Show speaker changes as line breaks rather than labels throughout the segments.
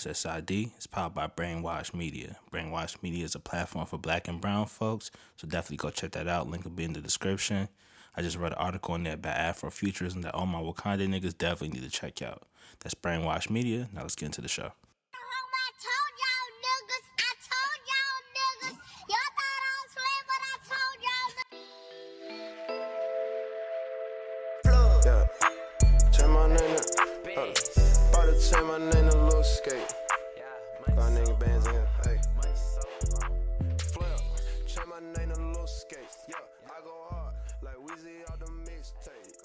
SSID is powered by Brainwash Media. Brainwash Media is a platform for black and brown folks, so definitely go check that out. Link will be in the description. I just read an article on there by Afrofuturism that all my Wakanda niggas definitely need to check out. That's Brainwash Media. Now let's get into the show.
Yeah. Change my name to, uh, about to change my name to Lil Skate. Got nigga bands in here, hey. Flip, change my name to Lil Skate. Yeah, I go hard, like Weezy out the mixtape.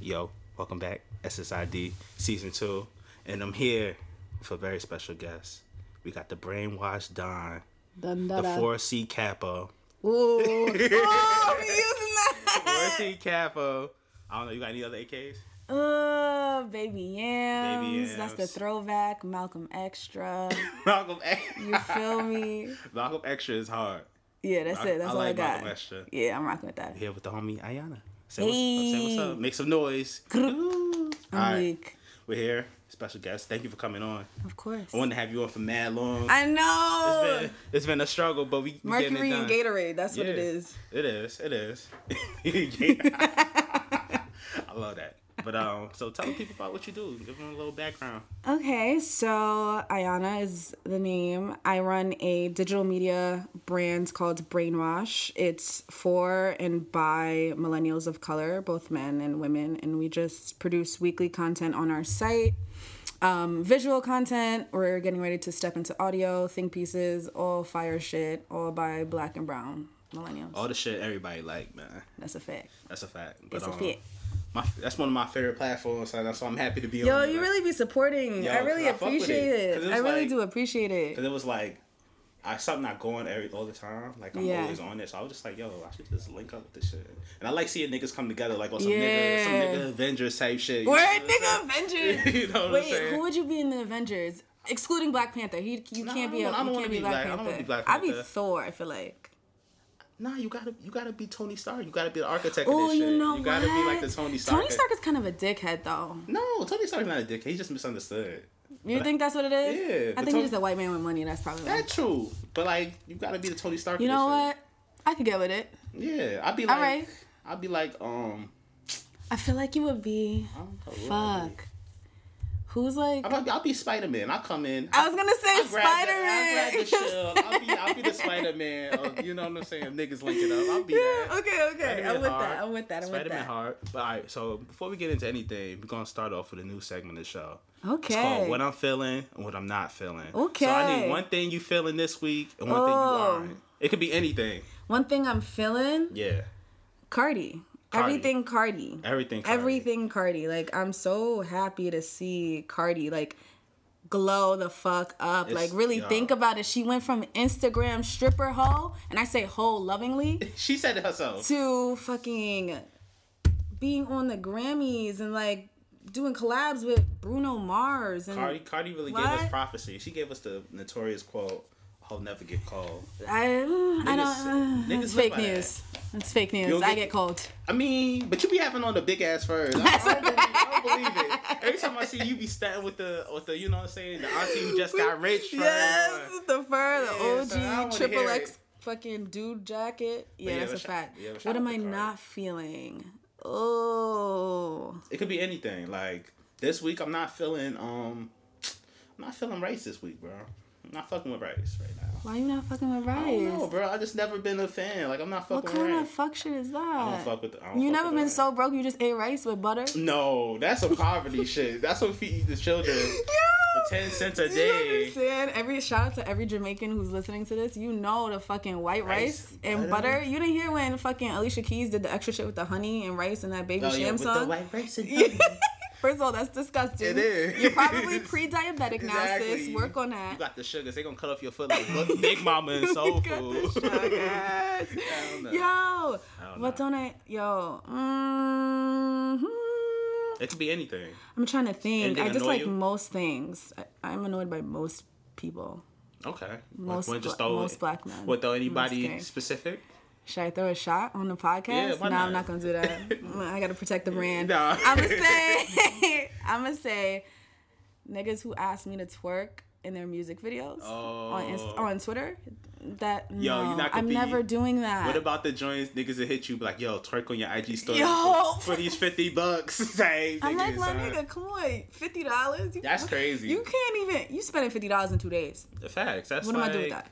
Yo, welcome back, SSID season two, and I'm here with a very special guest. We got the Brainwash Don,
Dun,
the
dun, dun.
four C Capo,
Ooh.
Oh, we using
four
that.
C Capo. I don't know. You got any other AKs?
Uh, baby yams.
Baby
That's the
Yams.
throwback. Malcolm Extra.
Malcolm X.
You feel me?
Malcolm Extra is hard.
Yeah, that's
I-
it. That's
I
all
like
I got.
Malcolm Extra.
Yeah, I'm rocking with that.
Here with the homie Ayana. Say what's, say what's
Hey.
up. Make some noise. All
I'm
right,
weak.
we're here. Special guest. Thank you for coming on.
Of course.
I wanted to have you on for mad long.
I
It's
know.
been, it's been a struggle, but we we getting
Mercury
it done.
and Gatorade. That's what it
Yeah.
is.
It is. It is. I love that. But um, so tell the people about what you do. Give them a little background.
Okay, so Ayana is the name. I run a digital media brand called Brainwash. It's for and by millennials of color, both men and women, and we just produce weekly content on our site. Um, visual content, we're getting ready to step into audio, think pieces, all fire shit, all by black and brown millennials.
All the shit everybody like, man.
That's a fact.
That's a fact. But
It's a
um,
fact.
my that's one of my favorite platforms, and so I'm happy to be
Yo,
on.
you really be supporting.
Yo,
I really
I fuck with it.
appreciate it.
'Cause it's
I really
like-
do appreciate it.
Because it was like, I something not going every all the time. Like I'm
Yeah.
always on it, so I was just like, yo, I should just link up with this shit. And I like seeing niggas come together, like on some nigga, some
Yeah.
nigga Avengers type shit. you know
Word,
what I'm
nigga,
saying?
Avengers.
you know what I'm
Wait,
saying?
who would you be in the Avengers, excluding Black Panther? He, you
No,
can't
I
be. A,
don't- I don't
you
wanna
can't be
be
Black
Black- I don't
Panther.
wanna be Black
I'd be
Panther.
Thor. I feel like.
Nah, you gotta you gotta be Tony Stark. You gotta be the architect of
Oh,
this shit.
you know
you gotta
what?
be like the Tony Stark.
Tony Stark is kind of a dickhead, though.
No, Tony Stark's not a dickhead. He's just misunderstood.
You think that's what it is?
Yeah,
I
but
think
Tony-
he's just a white man with money. That's probably. why.
That's true. But like, you gotta be the Tony Stark.
you
of
know
this
what? I could get with it.
shit. Yeah, I'd be like,
All right.
I'd be like, um,
I feel like you would be.
I don't know, what I'd be.
Fuck. Who's like?
I'll be, I'll be Spider Man. I'll come in.
I was gonna say
I'll grab that- I'll grab the
Spider Man.
shield. I'll be, I'll be the Spider Man. You know what I'm saying? If niggas linking up, I'll be that.
okay, okay.
Spider-Man
I'm with
hard.
that. I'm with that. I'm with
Spider-Man
that.
hard. But all right, so before we get into anything, we're gonna start off with a new segment of the show. It's
Okay.
called What I'm Feeling and What I'm Not Feeling. So I
Okay.
need one thing you feeling this week and one thing
Oh.
you aren't. It could be anything.
One thing I'm feeling.
Yeah.
Cardi.
Cardi.
Everything Cardi.
Everything. Cardi.
Everything Cardi. Like I'm so happy to see Cardi like glow the fuck up.
It's-
like really
yeah.
think about it. She went from Instagram stripper hoe, and I say hoe lovingly,
She said it herself.
to fucking being on the Grammys and like doing collabs with Bruno Mars and
Cardi, Cardi really gave us
What?
prophecy. She gave us the notorious quote, I'll never get cold.
I, mm, I
Niggas-
don't.
niggas
Uh, it's
live
fake
by that.
news. It's fake news.
You'll
I
get-
get cold.
I mean, but you be having on the big ass furs. I, I, don't believe, I don't believe it. Every time I see you be standing with the with the you know what I'm saying, the auntie who just got rich fur.
Yes, the fur,
Yeah, so I
the
don't
OG
wanna
triple
hear
X
it.
fucking dude jacket. Yeah,
yeah,
that's a
but shout-
fact.
yeah, but shout
what am
out
I
to Cardi.
not feeling? Oh,
It could be anything. Like this week, I'm not feeling um, I'm not feeling rice this week, bro. I'm not fucking with rice right now.
why you not fucking with
I don't know,
rice?
bro. I just never been a fan. Like I'm not
What
fucking
kind
with
of
rice.
fuck shit is that?
I don't fuck with. I don't
you
fuck
never
with
been
rice.
so broke you just ate rice with butter?
No, that's some poverty shit. That's what feed the children
Yo!
for ten cents a
Do you
day.
understand? Every shout out to every Jamaican who's listening to this. You know the fucking white
Rice,
rice, and
butter.
butter. You didn't hear when fucking Alicia Keys did the extra shit with the honey and rice and that baby
Oh,
sham
yeah, with the
song.
white rice and
Yeah.
honey.
First of all, that's disgusting.
It is.
You're probably pre-diabetic now, sis.
Exactly.
Work on
You
that.
got the sugars. They gonna cut off your foot like Big- Big Mama and Soul
You got
Food.
the sugars.
Hell no.
yo,
don't
what's
know.
on it? Yo, mhm.
It could be anything.
I'm trying to think.
Anything
I
annoy
dislike
you?
most things. I, I'm annoyed by most people.
Okay.
Most
Wanna just
bla-
throw-
most black men.
What though?
I'm just
Anybody
kidding.
specific?
Should I throw a shot on the podcast?
Yeah, why
no,
not?
I'm not gonna do that. I gotta protect the brand.
Nah.
I'ma say I'ma say niggas who ask me to twerk in their music videos on Inst-
Oh.
on Twitter. That no,
Yo, you're not gonna
I'm
be-
never doing that.
What about the joints niggas that hit you be like, yo, twerk on your IG story
Yo.
for, for these 50 bucks? like,
I'm like,
nigga,
my
son.
nigga, come on, fifty dollars.
uh, That's crazy.
You can't even. You spending fifty dollars in two days.
Facts. That's
What am I doing with
like-
that?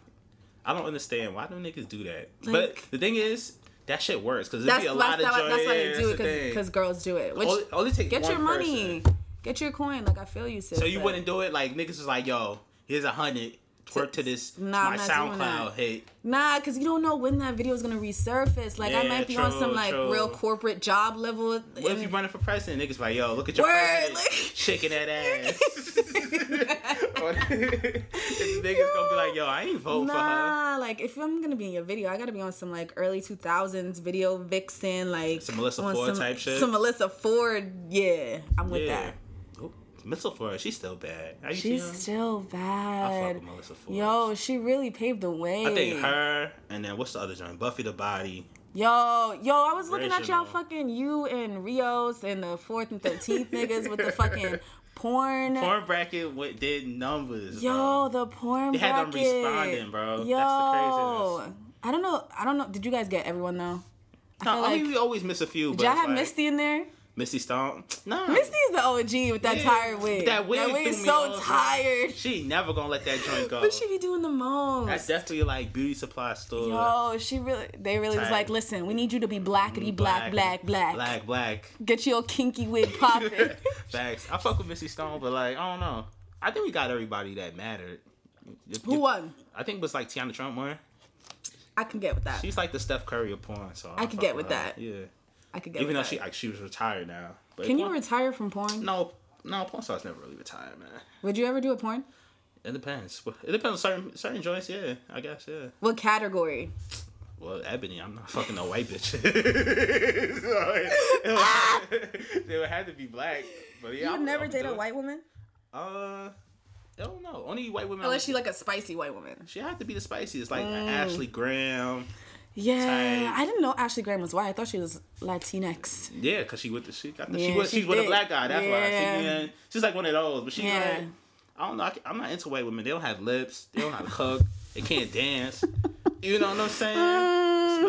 I don't understand why do niggas do that. but
Like-
the thing is, that shit works because there'd
That's
be a lot
that's,
of
why-
joy.
that's why they do it
because
because girls do it. Which
only, only take
get
one
your money,
person.
get your coin. Like I feel you, sis.
So you
but-
wouldn't do it like niggas was like, yo, here's a hundred. Twerk to this to
Nah, I'm
my
not doing
SoundCloud
that.
hit.
Nah, because you don't know when that video is gonna resurface. Like I
Yeah,
might be on
true,
some like
true.
real corporate job level.
What if you running for president? Niggas like, yo, look at your
Word,
president
like-
shaking that ass. Or- niggas gonna be like, yo, I ain't voting for her.
Nah, like if I'm gonna be in your video, I gotta be on some like early 2000s video vixen, like
Some Melissa
on
Ford
some-
type shit?
Some Melissa Ford, yeah, I'm with
Yeah.
that.
Ooh, Melissa Ford, she's still bad. Are you
She's
seeing her?
still
I fuck
bad.
with Melissa Ford.
Yo, she really paved the way.
I think her, and then what's the other joint? Buffy the Body.
Yo, yo, I was looking at y'all
Rational.
fucking you and Rios and the fourth and thirteenth niggas with the fucking porn.
Porn bracket what did numbers.
Yo,
bro.
the porn.
They had them
bracket.
responding, bro. That's the
Yo,
craziness.
I don't know. I don't know. Did you guys get everyone though?
no,
feel
I mean
like-
we always miss a few.
Did
But
y'all
it's
have
like,
Misty in there?
Misty Stone. No,
Misty is the OG with that
Yeah,
tired wig.
That wig, threw
is
me
so
off.
tired.
She never gonna let that joint go.
What she be doing the most?
That's definitely like beauty supply store.
Yo, she really, they really
Tired.
was
Mm,
like, listen, we need you to be blackety black, black, black.
black, black.
Get your kinky wig popping.
Facts. I fuck with Missy Stone, but like I don't know. I think we got everybody that mattered. If-
Who
if-
won?
I think it was like Tiana Trump won.
I can get with that.
She's like the Steph Curry of porn, so I,
could
fuck
get with
her.
that.
Yeah,
I can get
even though
with
she
that.
like, she was retired now. But
Can you
porn-
retire from porn?
No, no, porn stars never really retire, man.
Would you ever do a porn?
It depends. It depends on certain certain joints. Yeah, I guess. Yeah.
What category?
Well, Ebony, I'm not fucking no white bitch. so it, it would have to be black. But yeah, I
You would never
I
date
do
a
it.
white woman?
Uh, I don't know. Only white women.
Unless she like Mm. a spicy white woman.
She had to be the spiciest, like Ashley Graham.
Yeah,
Tight.
I didn't know Ashley Graham was white. I thought she was Latinx.
Yeah, cause she with the she got the,
Yeah,
she was
she
she's with a
thick.
black guy. That's why she,
Yeah.
yeah, she's like one of those. But she
Yeah.
like I don't know. I, am not into white women. They don't have lips. They don't know how to cook. They can't dance. You know what I'm saying?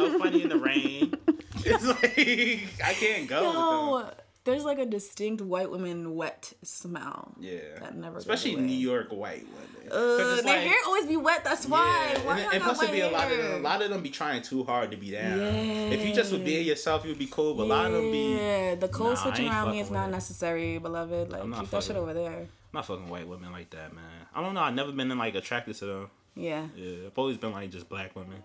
Smell funny in the rain. It's like I can't go. with them.
No, Oh, there's like a distinct white woman wet smell.
Yeah.
That never goes
Especially
away.
New York white women.
Uh, their hair always be wet. That's why.
Yeah,
why
and,
y'all
and
got
plus, it'd be a
white
lot of
hair?
them. A lot of them be trying too hard to be down. If you just would be yourself, you'd be cool. But a lot of them be.
Yeah, the
Nah, I
code switching
ain't
around me
fucking
is
with
not
it.
necessary, beloved. Like
I'm not
keep that shit
fucking
over there.
I'm not fucking white women like that, man. I don't know. I've never been like attracted to them.
Yeah.
Yeah, I've always been like just black women.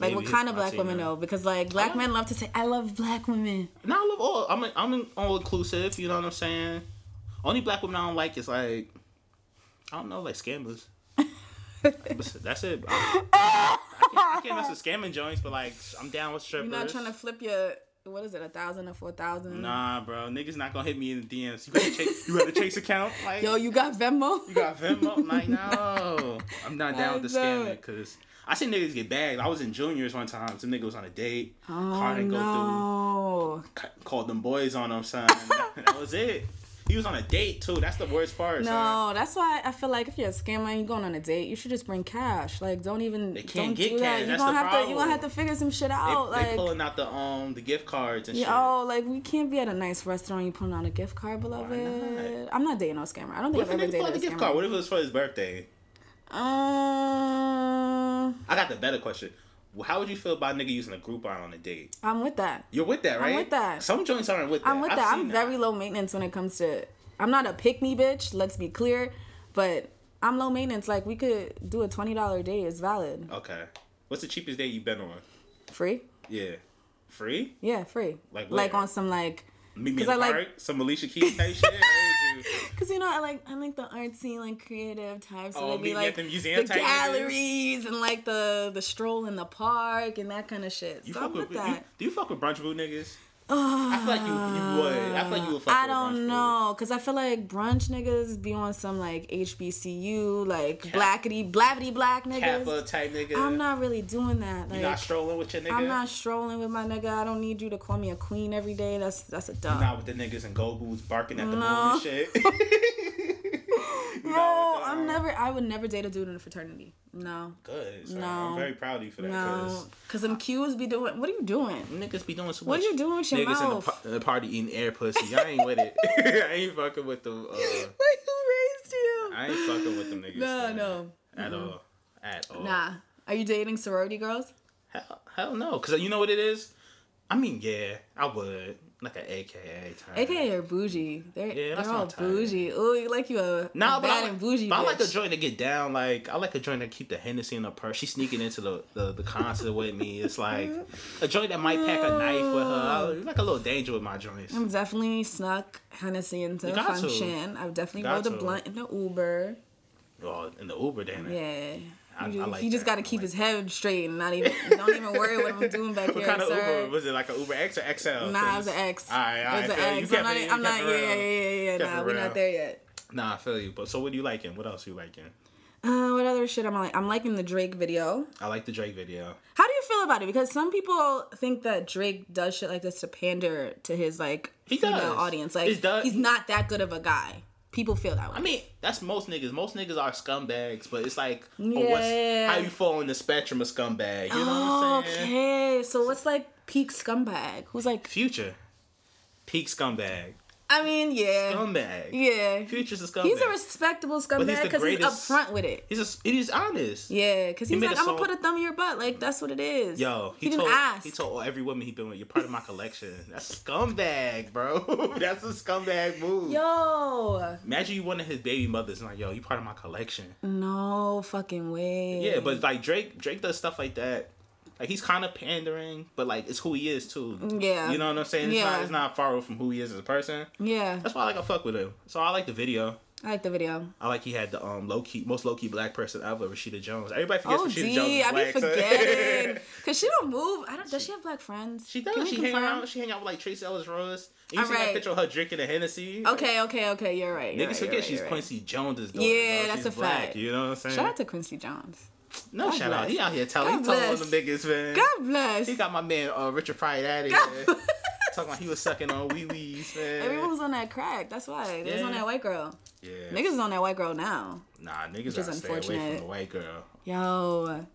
Like
Maybe
what
it's
kind of black women
Latina.
though? Because like black men love to say, "I love black women."
No, I love all. I'm i I'm all inclusive. You know what I'm saying? Only black women I don't like is like, I don't know, like scammers. That's it. I, I can't, I can't mess with scamming joints, but like I'm down with
You're
strippers.
not trying to flip your what is it, a thousand or four thousand?
Nah, bro, niggas not gonna hit me in the DMs. You got a chase, you got a chase account, like
Yo, you got Venmo?
you got Venmo. I'm like, no, I'm not down with the
I know.
scamming because I seen niggas get bagged. I was in juniors one time. Some nigga was on a date, car
Oh
didn't go
no!
through, c- called them boys on him, son. that was it. He was on a date too. That's the worst part. son.
No, that's why I feel like if you're a scammer and you're going on a date, you should just bring cash. Like, don't even. They
can't
don't
get
do
cash.
That. You're
That's
gonna
the
have to. You're
problem.
gonna have to figure some shit
They,
out.
they
oh, like, oh,
pulling out the um the gift cards and shit.
Yo, like we can't be at a nice restaurant. You putting on a gift card, beloved.
not?
I'm not dating no scammer. I don't
What if
think
a
I've ever
nigga pull out
dated
the
a
gift
scammer.
card? What if it was for his birthday?
Um,
I got the better question. How would you feel about a nigga using a Groupon on a date?
I'm with that.
You're with that, right?
with that.
Some joints aren't with that.
I'm with
I've
that.
seen
I'm very low maintenance when it comes to. I'm not a pick me bitch. Let's be clear, but I'm low maintenance. Like we could do a twenty dollar day. It's valid.
Okay. What's the cheapest date you've been on?
Free.
Yeah. Free?
Yeah, free.
Like
like
where?
on some like.
Meet me in
'Cause
the
I like-
park? Some Alicia Keys type shit? How would you-
Cause you know I like I like the artsy like creative types. So
Oh,
it'd be
meet me
like
at the museum type niggas?
galleries and like the the stroll in the park and that kind of shit.
You
so
fuck
I'm with
with, you,
that.
do you fuck with brunch boot niggas? I feel like you, you would. I feel like you would fuck
Uh, I
with a brunch
don't
food.
know, cause I feel like brunch niggas be on some like HBCU, like blackity blackity black niggas.
Kappa type nigga.
I'm not really doing that.
You
Like,
not strolling with your nigga.
I'm not strolling with my nigga. I don't need you to call me a queen every day. That's that's a dub.
Not with the niggas and go boots barking at the moon
No.
and shit.
no, I'm
um,
never. I would never date a dude in a fraternity. No,
Good. So
No.
I'm very proud of you for that.
no,
'cause
cause them Qs be doing. What are you doing?
Niggas be doing so
What
much.
you doing with your
niggas in the,
mouth?
par- in the party eating air pussy. I ain't with it. I ain't fucking with them. Uh,
raised you?
I ain't fucking with them niggas.
No,
man.
no.
At all. At all.
Nah. Are you dating sorority girls?
Hell, hell no. Because you know what it is? I mean, yeah, I would. Like an AKA type.
AKA you're bougie. They're,
Yeah, that's
they're all
my type.
bougie. Ooh, you like you a
Nah, but,
bad
I, like-
and bougie.
but I like a
bitch.
joint to get down. Like I like a joint to keep the Hennessy in her purse. She's sneaking into the, the, the concert with me. It's like a joint that might pack a knife with her. I like a little danger with my joints.
I'm definitely snuck Hennessy into
You
a
got to.
function. I've definitely
got
rolled a
to.
blunt in the Uber.
Oh, in the Uber, damn it.
Yeah.
I-
You
I
ju-
like
he just
that.
got to
I
keep
like
his head straight and not even don't even worry what I'm doing back
What
here,
kind of
sir.
Uber was it? Like an Uber X or XL?
Nah, it
Please.
was an X.
All right, all right.
it was
fair.
an
You
X.
kept
I'm not.
it- you
I'm
kept
not.
it
Yeah, yeah,
around.
yeah, yeah.
Kept
Nah,
it
we're
around.
not there yet.
Nah, I feel you. But so, what do you liking? What else you liking?
Uh, what other shit am I like? I'm liking the Drake video.
I like the Drake video.
How do you feel about it? Because some people think that Drake does shit like this to pander to his like
He
female
does.
audience. Like
He does.
he's not that good of a guy. People feel that way.
I mean, that's most niggas. Most niggas are scumbags, but it's like, oh,
Yeah. Oh,
what's, how you fall in the spectrum of scumbag? You know what I'm saying?
okay, so what's like peak scumbag? Who's like?
Future, peak scumbag,
I mean, yeah,
scumbag.
yeah.
Future's a scumbag.
He's a respectable scumbag
the
because he's,
greatest-
upfront with it.
He's a, it is honest.
Yeah, because he's
made
like,
a
I'm gonna
song-
put a thumb in your butt. Like that's what it is.
Yo,
he,
he,
didn't
told
ask.
he told every woman he been with, you're part of my collection. That's a scumbag, bro. That's a scumbag move.
Yo,
Imagine you one of his baby mothers and like, yo, you part of my collection.
no fucking way.
Yeah, but like Drake, Drake does stuff like that. Like he's kind of pandering, but like it's who he is too.
Yeah.
you know what I'm saying. It's
Yeah.
not it's not far from who he is as a person.
yeah,
That's why I like I fuck with him. So I like the video.
I like the video.
I like he had the um low key most low key black person ever, Rashida Jones. Everybody forgets
Oh,
Rashida
D,
Jones. is
I be
black, so-
forgetting because she don't move. I don't. Does she have black friends?
she does.
Can we
She hang
confirm?
out. She hang out with like Trace Ellis Ross. You see
Alright.
that picture of her drinking a Hennessy.
Okay, okay, okay. You're right.
Niggas
you're right,
forget
you're right,
she's
you're right.
Quincy Jones's daughter.
Yeah,
bro.
that's
She's
a
black,
fact.
You know what I'm saying?
Shout out to Quincy Jones.
no, shout out.
bless.
He out here telling,
God
he telling all them
bless.
niggas, man.
God bless.
He got my man uh, Richard Pryor out of here. Talking about he was sucking on wee wees, man.
Everyone was on that crack. That's why they was on
Yeah.
that white girl.
yeah.
Niggas is on that white girl now.
Nah, niggas
is
gotta stay away from
unfortunate.
the white girl.
Yo,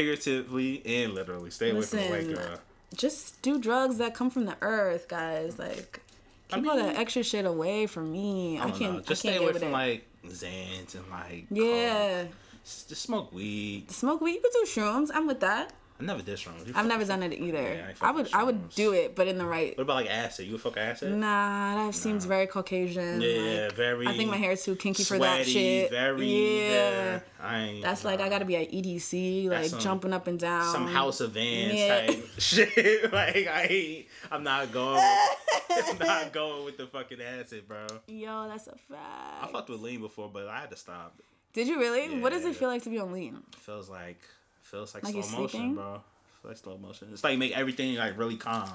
Figuratively and literally. Stay away from the white
Listen,
girl.
just do drugs that come from the earth, guys. Like, keep
I
all
mean-
that extra shit away from me. I,
I, don't
can't.
know. Just
I can't
stay
get
away
with
from
it.
like Xans and like
yeah,
coke. S- Just smoke weed.
smoke weed. You could do shrooms. I'm with that.
I never did shrooms. You
I've
fuck-
never done it either.
Yeah, I ain't
I would.
fucking
I would
shrooms.
do it, but in the right.
What about like acid? You would fuck acid?
Nah, that seems very Caucasian.
Yeah,
like,
yeah, very.
I think my hair is too kinky
sweaty,
for that shit.
Very.
yeah.
Yeah. I ain't,
That's like I gotta be at EDC, like
some-
jumping up and down.
some house of vans
Yeah.
type shit. like I, ain't- I'm not going. I'm not going with the fucking acid, bro.
Yo, that's a
I
fact.
fucked with lean before, but I had to stop.
Did you really? What does
Yeah.
it feel like to be on lean?
It feels like, feels like,
Like you're
slow motion,
sleeping?
bro. Feels Like slow motion. It's like make everything like really calm.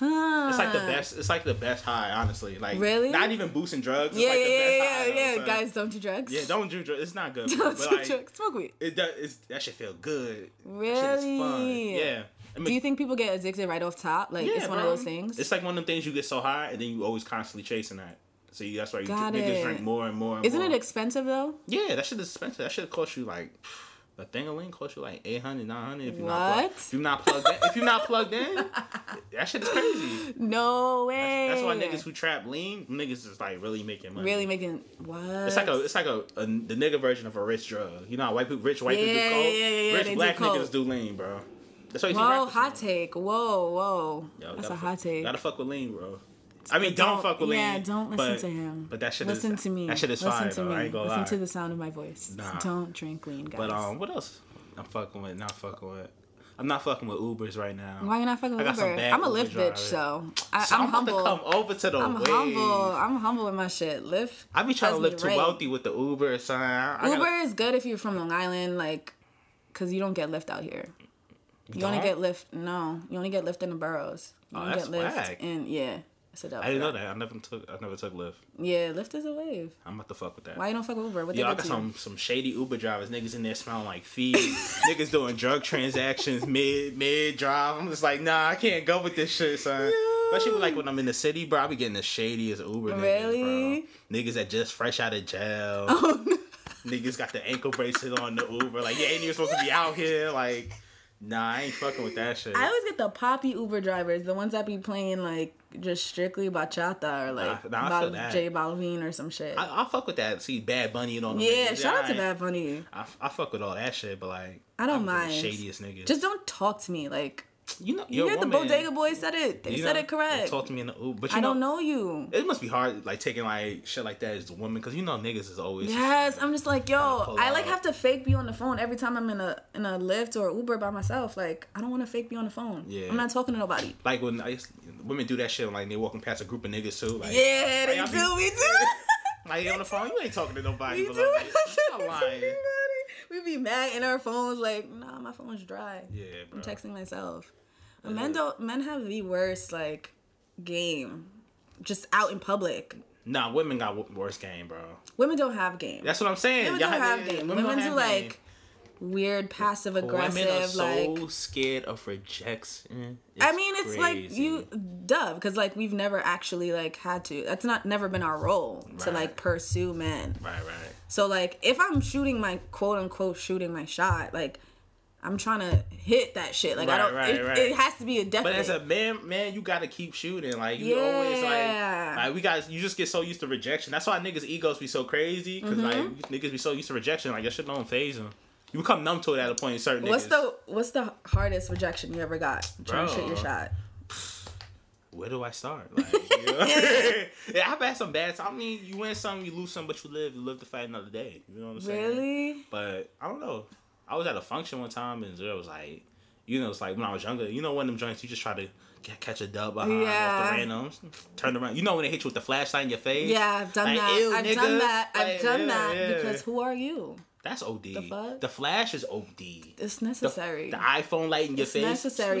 Huh.
It's like the best. It's like the best high, honestly. Like
Really?
not even boosting drugs. It's
Yeah,
like
yeah,
the best high,
yeah, yeah, yeah.
you know what I'm saying?
Guys, don't do drugs.
Yeah, don't do drugs. It's not good. for you,
Don't
but
do
like,
drugs. Smoke weed.
It does. It's, that should feel good. That shit is fun.
Really?
Yeah. I mean,
Do you think people get addicted right off top? Like
yeah,
it's one
bro.
of those things.
It's like one of them things you get so high and then you always constantly chasing that. So you, that's why you
Got
niggas
it.
drink more and more. And
Isn't
more.
it expensive though?
Yeah, that shit is expensive. That should cost you like a thing of lean cost you like 800, 900 if you're not plugged.
What?
If you're not plugged in, if you're not plugged in, that shit is crazy.
No way.
That's why niggas who trap lean niggas is like really making money.
really making what?
It's like a, it's like a, a the nigga version of a rich drug. You know, how white people, rich white people do
Yeah,
coke.
yeah, yeah, yeah,
rich
they do
black
coke.
niggas do lean, bro. That's why you see
Whoa,
rappers
hot
on.
take. Whoa, whoa.
Yo,
That's
gotta
a hot
fuck-
take.
Gotta fuck with lean, bro. I mean,
But
don't, fuck with lean.
Yeah, don't listen
but-
to him.
But that shit
listen
is
to me.
That shit is
listen
fire.
to
though.
me.
I ain't gonna
listen
lie.
to the sound of my voice.
Nah.
Don't drink lean, guys.
But um, what else? I'm fucking with. Not fucking with. I'm not fucking with Ubers right now.
Why you not fucking
I
with
got some
Uber?
bad
I'm a
Uber
Lyft bitch,
drivers.
so I,
So
I'm,
about
humble.
To come over to the
I'm
wave.
humble. I'm humble with my shit. Lyft.
I be trying to
has
live
me
too
right.
wealthy with the Uber sign. I
Uber
gotta-
is good if you're from Long Island, like, cause you don't get Lyft out here. You only
Don't?
get Lyft. No, you only get Lyft in the boroughs. You
Oh,
can
that's
get Lyft
whack.
and yeah, it's a dope.
I didn't know that. I never took. I never took Lyft.
Yeah, Lyft is a wave.
I'm about to fuck with that.
Why you don't fuck with Uber? What
Yo, I
they
got
do to you?
some some shady Uber drivers. Niggas in there smelling like feet. niggas doing drug transactions mid mid drive. I'm just like, nah, I can't go with this shit, son. Especially with, like when I'm in the city, bro. I be getting the shadiest Uber
Really? Oh.
niggas, bro. Niggas that just fresh out of jail. Niggas got the ankle bracelet on the Uber. Like, yeah, ain't even supposed to be out here. Like, nah, I ain't fucking with that shit.
I always get the poppy Uber drivers, the ones that be playing like just strictly bachata or like
nah, I feel
Bal-
that.
J Balvin or some shit.
I, I fuck with that. See, Bad Bunny and all. them
yeah,
niggas.
shout out to
I-
Bad Bunny.
I, I fuck with all that shit, but like,
I don't
I'm with
mind.
The shadiest niggas.
Just don't talk to me. Like
you know,
you
you're a
heard the
woman.
Bodega Boys said it. They
You
said
know,
it correct.
Talk to me in the Uber, but you
I don't know you.
It must be hard, like taking like shit like that as a woman, because you know niggas is always.
Yes, I'm just like yo.
pull
I like
out.
have to fake be on the phone every time I'm in a in a Lyft or Uber by myself. Like I don't want to fake be on the phone.
Yeah.
I'm not talking to nobody.
Like when I used, women do that shit, like they walking past a group of niggas too. Like,
Yeah, they
Like, I be-
do. We do.
Like on the phone, you ain't talking to nobody.
we
but,
do.
like, I'm not lying.
We be mad in our phones. Like nah, my phone's dry.
Yeah, bro.
I'm texting myself. But Men don't. Men have the worst like game. Just out in public.
Nah, women got w- worse game, bro.
Women don't have game.
That's what I'm saying.
women
Y'all
don't have
yeah,
game.
women
Women,
don't
do
have game.
like weird passive aggressive
Women are so
like.
scared of rejection.
I mean, it's like you dub because like we've never actually like had to. That's not never been our role to
Right.
like pursue men.
Right, right.
So like if I'm shooting my quote unquote shooting my shot, like I'm trying to hit that shit. Like
Right,
I don't.
right,
it,
right.
it has to be a definite.
But as a man, man, you gotta keep shooting. Like you always
Yeah.
like, like we guys. You just get so used to rejection. That's why niggas' egos be so crazy. because
Mm-hmm.
like niggas be so used to rejection. Like that shit don't phase them. You become numb to it at a point. In certain
what's
niggas.
the what's the hardest rejection you ever got trying to shoot
Bro.
your shot?
where do I start? Like, you know? yeah, I've had some bad. I mean, you win some, you lose some, but you live. You live to fight another day. You know what I'm saying?
Really?
But I don't know. I was at a function one time and Zero was like, you know, it's like when I was younger, you know, one of them joints, you just try to ca- catch a dub behind off
Yeah.
the randoms, turn around. You know, when they hit you with the flashlight in your face?
Yeah, I've done
Like,
that.
ew,
I've
nigga.
done that. I've
Like,
done
yeah,
that
yeah.
because who are you?
That's OD. The,
fuck?
flash is OD.
It's
The,
necessary.
the iPhone light in your
it's
face.
necessary.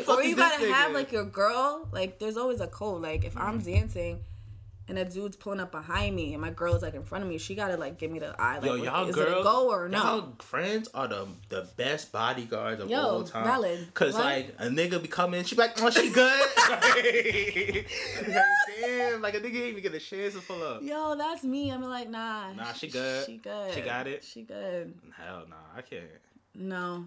Who the fuck
Or
is
you
this
gotta
nigga?
have
Mm.
like your girl. Like there's always a code. Like if I'm dancing and a dude's pulling up behind me and my girl's like in front of me, she gotta like give me the eye. Like
Yo,
what-
y'all
is
girls,
it a go or no?
Y'all friends are the the best bodyguards of
Yo,
all time.
valid.
Cause
What?
like a nigga be coming, she be like, oh, she good. like, damn, like a nigga ain't even get a chance to pull up.
Yo, that's me. I'm like, nah.
Nah, she good.
She good.
She got it.
She good.
Hell no, I can't.
No,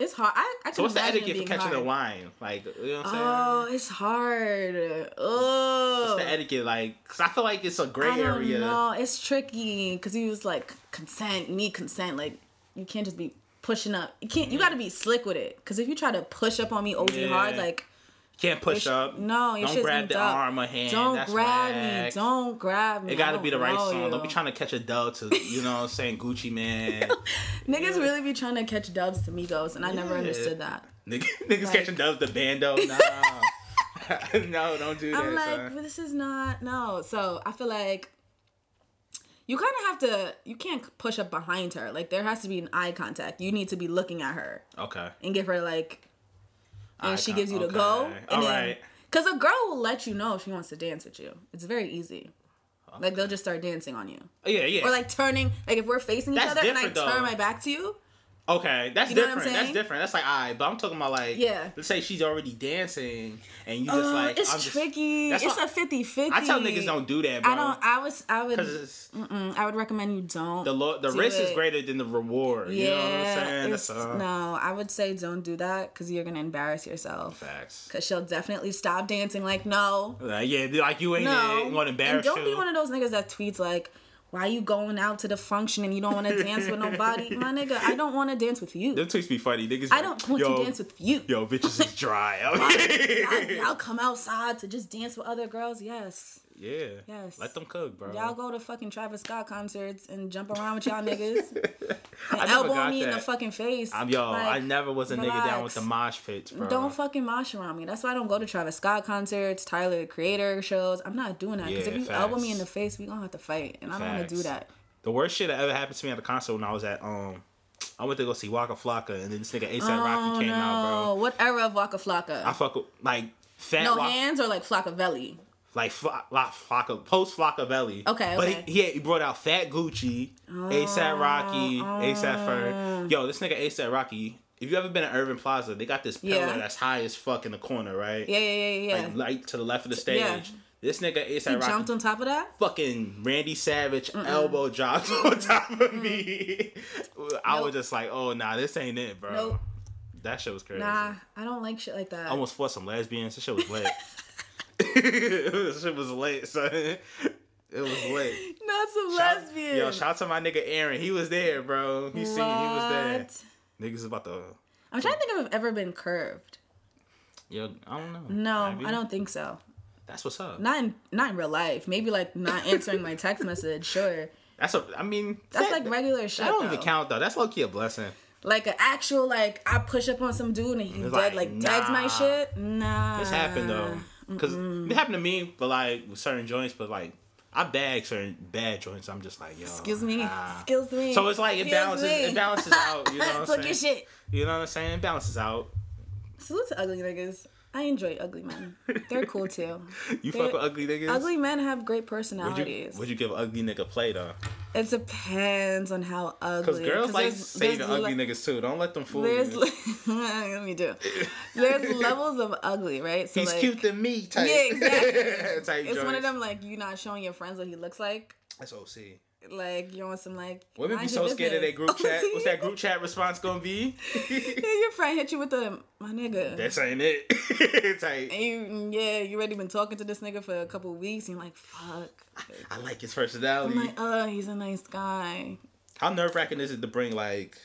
it's hard. I, I can
So what's the
imagine it
etiquette for
being
catching a
hard.
wine? Like, you know what I'm saying?
Oh, it's hard. Oh,
what's the etiquette like? Cause I feel like it's a gray
I don't
area.
know. It's tricky because he was like consent. You need consent. Like you can't just be pushing up. You can't. You got to be slick with it. Because if you try to push up on me OD
Mm-hmm. Yeah.
hard, like
Can't push up.
no, your
don't
shit's
grab
been
the
dumped.
arm or hand.
Don't
That's
grab me.
whack.
Don't grab me.
It
I
gotta be the
don't
right
know
song.
you.
Don't be trying to catch a dub to you know what I'm saying Gucci man.
Niggas really be trying to catch dubs to Migos, and I never
Yeah.
understood that.
Nigga, niggas
Like-
catching dubs the bando. No. no, don't do that.
I'm like,
son.
"But this is not no. So I feel like you kind of have to. You can't push up behind her. Like there has to be an eye contact. You need to be looking at her.
okay.
and give her like, and
Eye
she
con-
gives you the
okay.
go.
All
And then,
right.
Cause a girl will let you know if she wants to dance with you. It's very easy. Like they'll just start dancing on you,
Yeah, yeah.
or like turning. Like if we're facing each
That's
other and I
different, though.
turn my back to you,
okay, that's
You know what I'm
different. That's
saying?
different. That's like I. but I'm talking about like.
Yeah.
Let's say she's already dancing, and you just
uh,
like.
it's
I'm just-
tricky.
that's
It's
why-
a 50-50.
I tell niggas don't do that, bro.
I don't. I was. I would.
Because it's
mm, I would recommend you don't.
the lo- the
do
risk is
it.
greater than the reward.
Yeah.
you know what I'm saying?
it's-
That's uh,
no, I would say don't do that because you're gonna embarrass yourself.
facts.
Because she'll definitely stop dancing. Like no,
Like, yeah, like you ain't
No.
gonna
and
embarrass
don't be
you.
one of those niggas that tweets like, why you going out to the function and you don't want to dance with nobody? My nigga, I don't want to dance with you.
Them tweets be funny, niggas.
I don't want to dance with you.
Yo, bitches is dry.
Y'all, y'all come outside to just dance with other girls. Yes.
yeah.
Yes.
Let them cook, bro.
Y'all go to fucking Travis Scott concerts and jump around with y'all niggas. And
never
elbow
got
me in the
that.
fucking face.
I'm yo. I
Like,
never was a nigga down with the mosh pits, bro.
Don't fucking mosh around me. That's why I don't go to Travis Scott concerts, Tyler the Creator shows. I'm not doing that because
Yeah,
if you
facts.
elbow me in the face, we gonna have to fight, and I don't want to do
Facts.
that.
The worst shit that ever happened to me at a concert when I was at um, I went to go see
Oh,
Waka Flocka, and then this nigga ASAP Rocky came out, bro.
What era of Waka Flocka?
I fuck with like Fat
No
Wa-
hands or like Flockavelli.
like Fla- La- Flocka, post Flockavelli.
Okay,
But
okay.
He, he, had- he brought out Fat Gucci, ASAP Rocky, ASAP
Oh.
Ferg. Yo, this nigga ASAP Rocky. If you ever been at Irving Plaza, they got this pillar
Yeah.
that's high as fuck in the corner, right?
Yeah, yeah, yeah, yeah.
Like, like to the left of the stage.
Yeah.
This nigga
he
ASAP Rocky
jumped on top of that.
fucking Randy Savage elbow drops on top of me. I was
Nope.
just like, oh nah, this ain't it, bro.
Nope.
That shit was crazy.
Nah, I don't like shit like that.
I almost fought some lesbians. This shit was lit. this shit was lit, son. It was lit.
Not some
Shout-
lesbian.
Yo, shout out to my nigga Aaron. He was there, bro. He seen he was there.
What?
Niggas about to
I'm trying to think if I've ever been curved.
Yo, I don't know.
No,
Maybe.
I don't think so.
That's what's up.
Not in not in real life. Maybe like not answering my text message. Sure,
That's a I mean
that's
that-
like regular shit.
That don't even
though.
count though. That's low key a blessing.
Like an actual like I push up on some dude and he dead
like,
like, deads my
nah.
shit. Nah,
This happened though, because it happened to me, but like with certain joints, but like I bag certain bad joints. I'm just like, yo.
Excuse me.
ah.
Excuse me.
So it's like it
Excuse
balances, it
me.
balances out. You know what I'm
Fuck your
saying?
shit.
You know what I'm saying? It balances out.
Salute to ugly niggas. I enjoy ugly men. They're cool too.
You
They're-
fuck with ugly niggas.
Ugly men have great
Would you,
personalities.
would you give ugly nigga play though?
It depends on how ugly.
Because girls like
there's-
saving
there's
ugly
le-
niggas too. Don't let them fool
There's
you.
let me do. There's levels of ugly, right? So
He's
like,
cute than me type.
Yeah, exactly.
type
It's one
joints.
of them like you not showing your friends what he looks like.
That's OC.
Like you're on some like
Women be
mind
so
your
scared of
business.
that group chat. What's that group
See?
chat response gonna be?
Yeah, your friend hit you with the my nigga.
this ain't it. type.
and you, yeah, you already been talking to this nigga for a couple weeks. And you're like, fuck.
I like his personality.
I'm like, uh, oh, he's a nice guy.
How nerve wracking is it to bring like,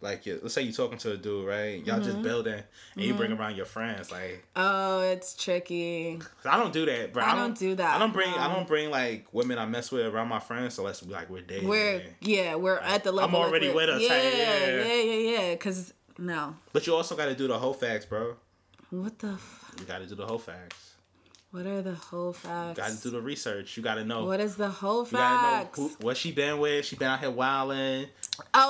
like your, let's say you're talking to a dude, right? Y'all
Mm-hmm.
just building, and you bring around your friends. Like,
Oh, it's tricky.
'cause I don't do that, bro.
I don't do that,
I don't bring. I
no.
don't bring like women I mess with around my friends. So let's be like we're dating.
We're yeah, we're at the level. like,
already
we're-
with us,
Yeah,
hey, yeah.
yeah, yeah, yeah. Cause no,
But you also got to do the whole facts, bro.
what the, f-
You got to do the whole facts.
what are the whole facts?
You got to do the research. You got to know.
What is the whole
you gotta
facts?
know who, what she been with. She been out here wilding.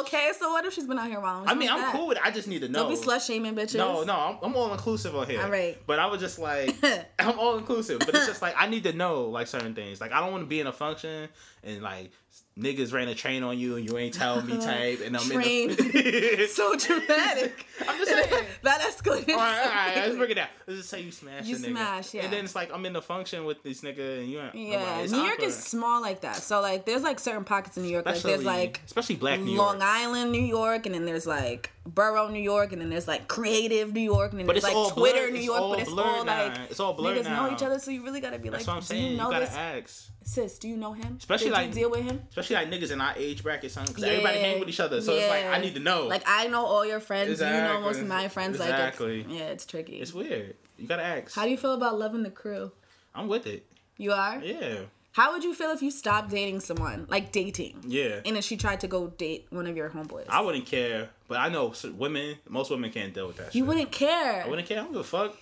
Okay, so what if she's been out here while
I mean, I'm cool with it. I just need to know.
Don't be slut shaming bitches.
No, no, I'm, I'm all inclusive on here.
All right.
But I was just like, I'm all inclusive. But it's just like I need to know like certain things. Like I don't want to be in a function and like niggas ran a train on you and you ain't tell me type. And I'm in. The,
so dramatic.
I'm just saying.
that escalated.
All right, all
so
right, let's
quickly.
break it down. Let's just say you smash
You
a nigga.
smash, yeah.
And then it's like I'm in the function with this nigga and you ain't. I'm like,
Yeah,
it's
New York
awkward.
is small like that. So like, there's like certain pockets in New York.
Especially-
like
especially black
there's
New
like
York.
Long Island, New York, and then there's like Borough, New York, and then there's like Creative, New York, and then
But
there's
it's
like
all
Twitter,
blurred.
New
It's
York.
all
But it's
blurred
all
now.
like
It's all blurred
niggas
now.
know each other, so you really gotta be
That's
like,
what I'm
do
saying.
you
You,
know
gotta
this,
ask.
sis? Do you know him?
Especially,
Did
like-
you deal with him?
Especially like niggas in our age bracket, son. Because everybody hang with each other. So it's like
Yeah.
I need to know.
Like I know all your friends. You know most
Exactly.
of my friends.
Exactly.
Like it's, yeah, it's tricky.
It's weird. You gotta ask.
How do you feel about loving the crew?
I'm with it.
You are.
Yeah.
How would you feel if you stopped dating someone, like dating,
Yeah.
and then she tried to go date one of your homeboys?
I wouldn't care, but I know s- women. Most women can't deal with that.
you
shit.
wouldn't care. Hmm.
I wouldn't care. I don't give a fuck.